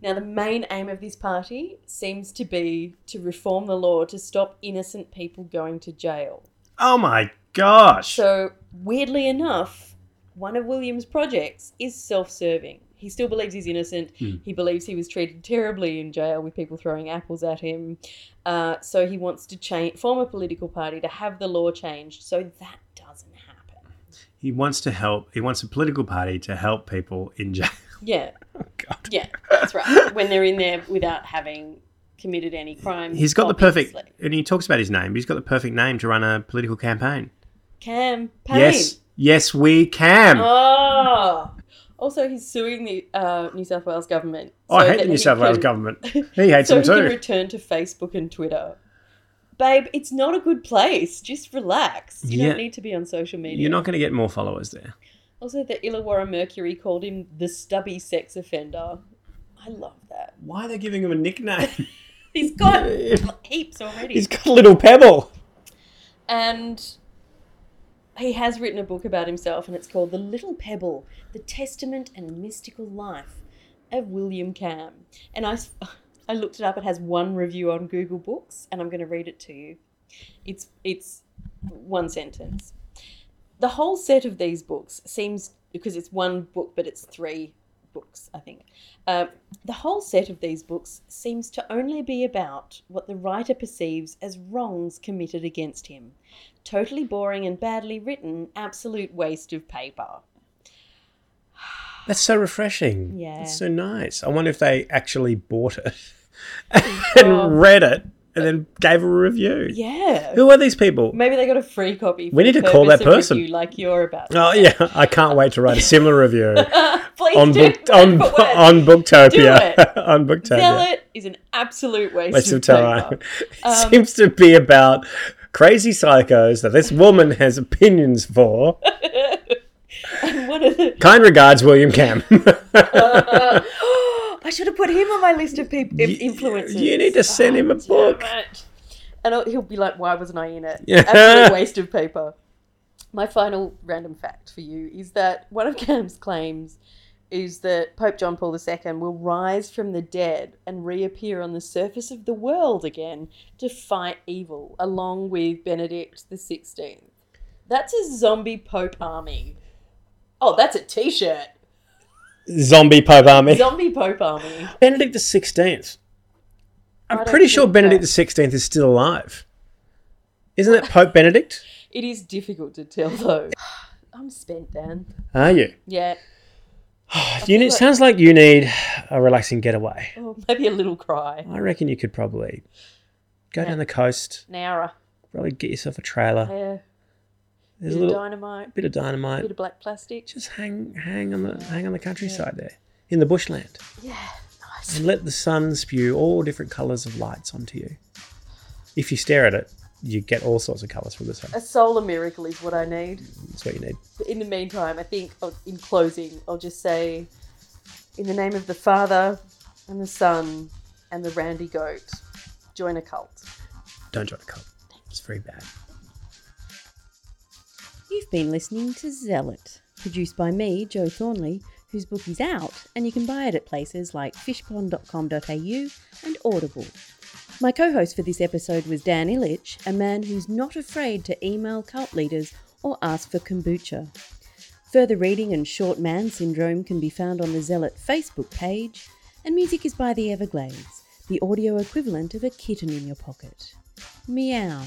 Speaker 2: Now, the main aim of this party seems to be to reform the law to stop innocent people going to jail.
Speaker 3: oh my gosh.
Speaker 2: So, weirdly enough, one of William's projects is self serving. He still believes he's innocent.
Speaker 3: Hmm.
Speaker 2: He believes he was treated terribly in jail with people throwing apples at him. Uh, so, he wants to change, form a political party to have the law changed so that doesn't happen.
Speaker 3: he wants to help. He wants a political party to help people in jail.
Speaker 2: Yeah,
Speaker 3: Oh, God.
Speaker 2: yeah, that's right. when they're in there without having committed any crime.
Speaker 3: He's got the perfect,
Speaker 2: obviously.
Speaker 3: and he talks about his name. but He's got the perfect name to run a political campaign.
Speaker 2: campaign.
Speaker 3: Yes, yes, we can.
Speaker 2: Oh. Also, he's suing the uh, New South Wales government.
Speaker 3: Oh, I
Speaker 2: so
Speaker 3: hate
Speaker 2: that
Speaker 3: the New
Speaker 2: he
Speaker 3: South Wales
Speaker 2: can-
Speaker 3: government. He hates
Speaker 2: so
Speaker 3: them
Speaker 2: he can
Speaker 3: too.
Speaker 2: return to Facebook and Twitter. Babe, it's not a good place. Just relax. You
Speaker 3: Yeah.
Speaker 2: don't need to be on social media.
Speaker 3: You're not going to get more followers there.
Speaker 2: Also, the Illawarra Mercury called him the stubby sex offender. I love that.
Speaker 3: Why are they giving him a nickname?
Speaker 2: He's got heaps already.
Speaker 3: He's got a little pebble.
Speaker 2: and he has written a book about himself, and it's called The Little Pebble The Testament and Mystical Life of William Cam. And I, s- I looked it up, it has one review on Google Books, and I'm going to read it to you. It's, it's one sentence. The whole set of these books seems, because it's one book, but it's three books, I think. Uh, the whole set of these books seems to only be about what the writer perceives as wrongs committed against him. Totally boring and badly written, absolute waste of paper.
Speaker 3: That's so refreshing.
Speaker 2: Yeah.
Speaker 3: That's so nice. I wonder if they actually bought it and read it and then gave a review.
Speaker 2: Yeah.
Speaker 3: Who are these people?
Speaker 2: Maybe they got a free copy. for
Speaker 3: We need
Speaker 2: the
Speaker 3: to call
Speaker 2: purpose
Speaker 3: that
Speaker 2: of
Speaker 3: person.
Speaker 2: review like you're about.
Speaker 3: Oh yeah, I can't wait to write a similar review
Speaker 2: Please
Speaker 3: on
Speaker 2: do.
Speaker 3: book on
Speaker 2: but wait.
Speaker 3: on Booktopia
Speaker 2: Do it.
Speaker 3: on Booktopia.
Speaker 2: Sell it is an absolute waste,
Speaker 3: Waste
Speaker 2: of
Speaker 3: of time.
Speaker 2: paper.
Speaker 3: It seems to be about crazy psychos that this woman has opinions for.
Speaker 2: And one of the
Speaker 3: kind regards, William Cam.
Speaker 2: I should have put him on my list of people
Speaker 3: You-
Speaker 2: influencers.
Speaker 3: you need to send him a
Speaker 2: Oh, damn
Speaker 3: book.
Speaker 2: it. And I'll- he'll be like, "Why wasn't I in it?
Speaker 3: Yeah.
Speaker 2: Absolute waste of paper." My final random fact for you is that one of Cam's claims is that Pope John Paul II will rise from the dead and reappear on the surface of the world again to fight evil, along with Benedict XVI. That's a zombie pope army. Oh, that's a T-shirt.
Speaker 3: Zombie Pope Army.
Speaker 2: Zombie pope army.
Speaker 3: Benedict the Sixteenth.
Speaker 2: I
Speaker 3: I'm
Speaker 2: don't
Speaker 3: pretty sure
Speaker 2: think
Speaker 3: Benedict
Speaker 2: that-
Speaker 3: the Sixteenth is still alive. Isn't it Pope Benedict?
Speaker 2: It is difficult to tell though. I'm spent, Dan.
Speaker 3: Are you?
Speaker 2: Yeah.
Speaker 3: you need,
Speaker 2: like-
Speaker 3: sounds like you need a relaxing getaway.
Speaker 2: Oh, maybe a little cry.
Speaker 3: I reckon you could probably go down the coast,
Speaker 2: Nara.
Speaker 3: probably get yourself a trailer.
Speaker 2: Yeah.
Speaker 3: There's
Speaker 2: Bit
Speaker 3: a
Speaker 2: of
Speaker 3: little
Speaker 2: dynamite.
Speaker 3: bit of dynamite.
Speaker 2: Bit of black plastic.
Speaker 3: Just hang, hang on the hang on the countryside there, in the bushland,
Speaker 2: Yeah. Nice.
Speaker 3: and let the sun spew all different colours of lights onto you. If you stare at it, you get all sorts of colours from the sun.
Speaker 2: A solar miracle is what I need.
Speaker 3: That's what you need.
Speaker 2: But in the meantime, I think I'll- in closing, I'll just say, in the name of the Father and the Son and the Randy Goat, join a cult.
Speaker 3: Don't join a cult. It's very bad.
Speaker 1: You've been listening to Zealot, produced by me, Joe Thornley, whose book is out and you can buy it at places like fishpond.com.au and Audible. My co host for this episode was Dan Illich, a man who's not afraid to email cult leaders or ask for kombucha. Further reading and Short Man Syndrome can be found on the Zealot Facebook page, and music is by The Everglades. the audio equivalent of a kitten in your pocket. Meow.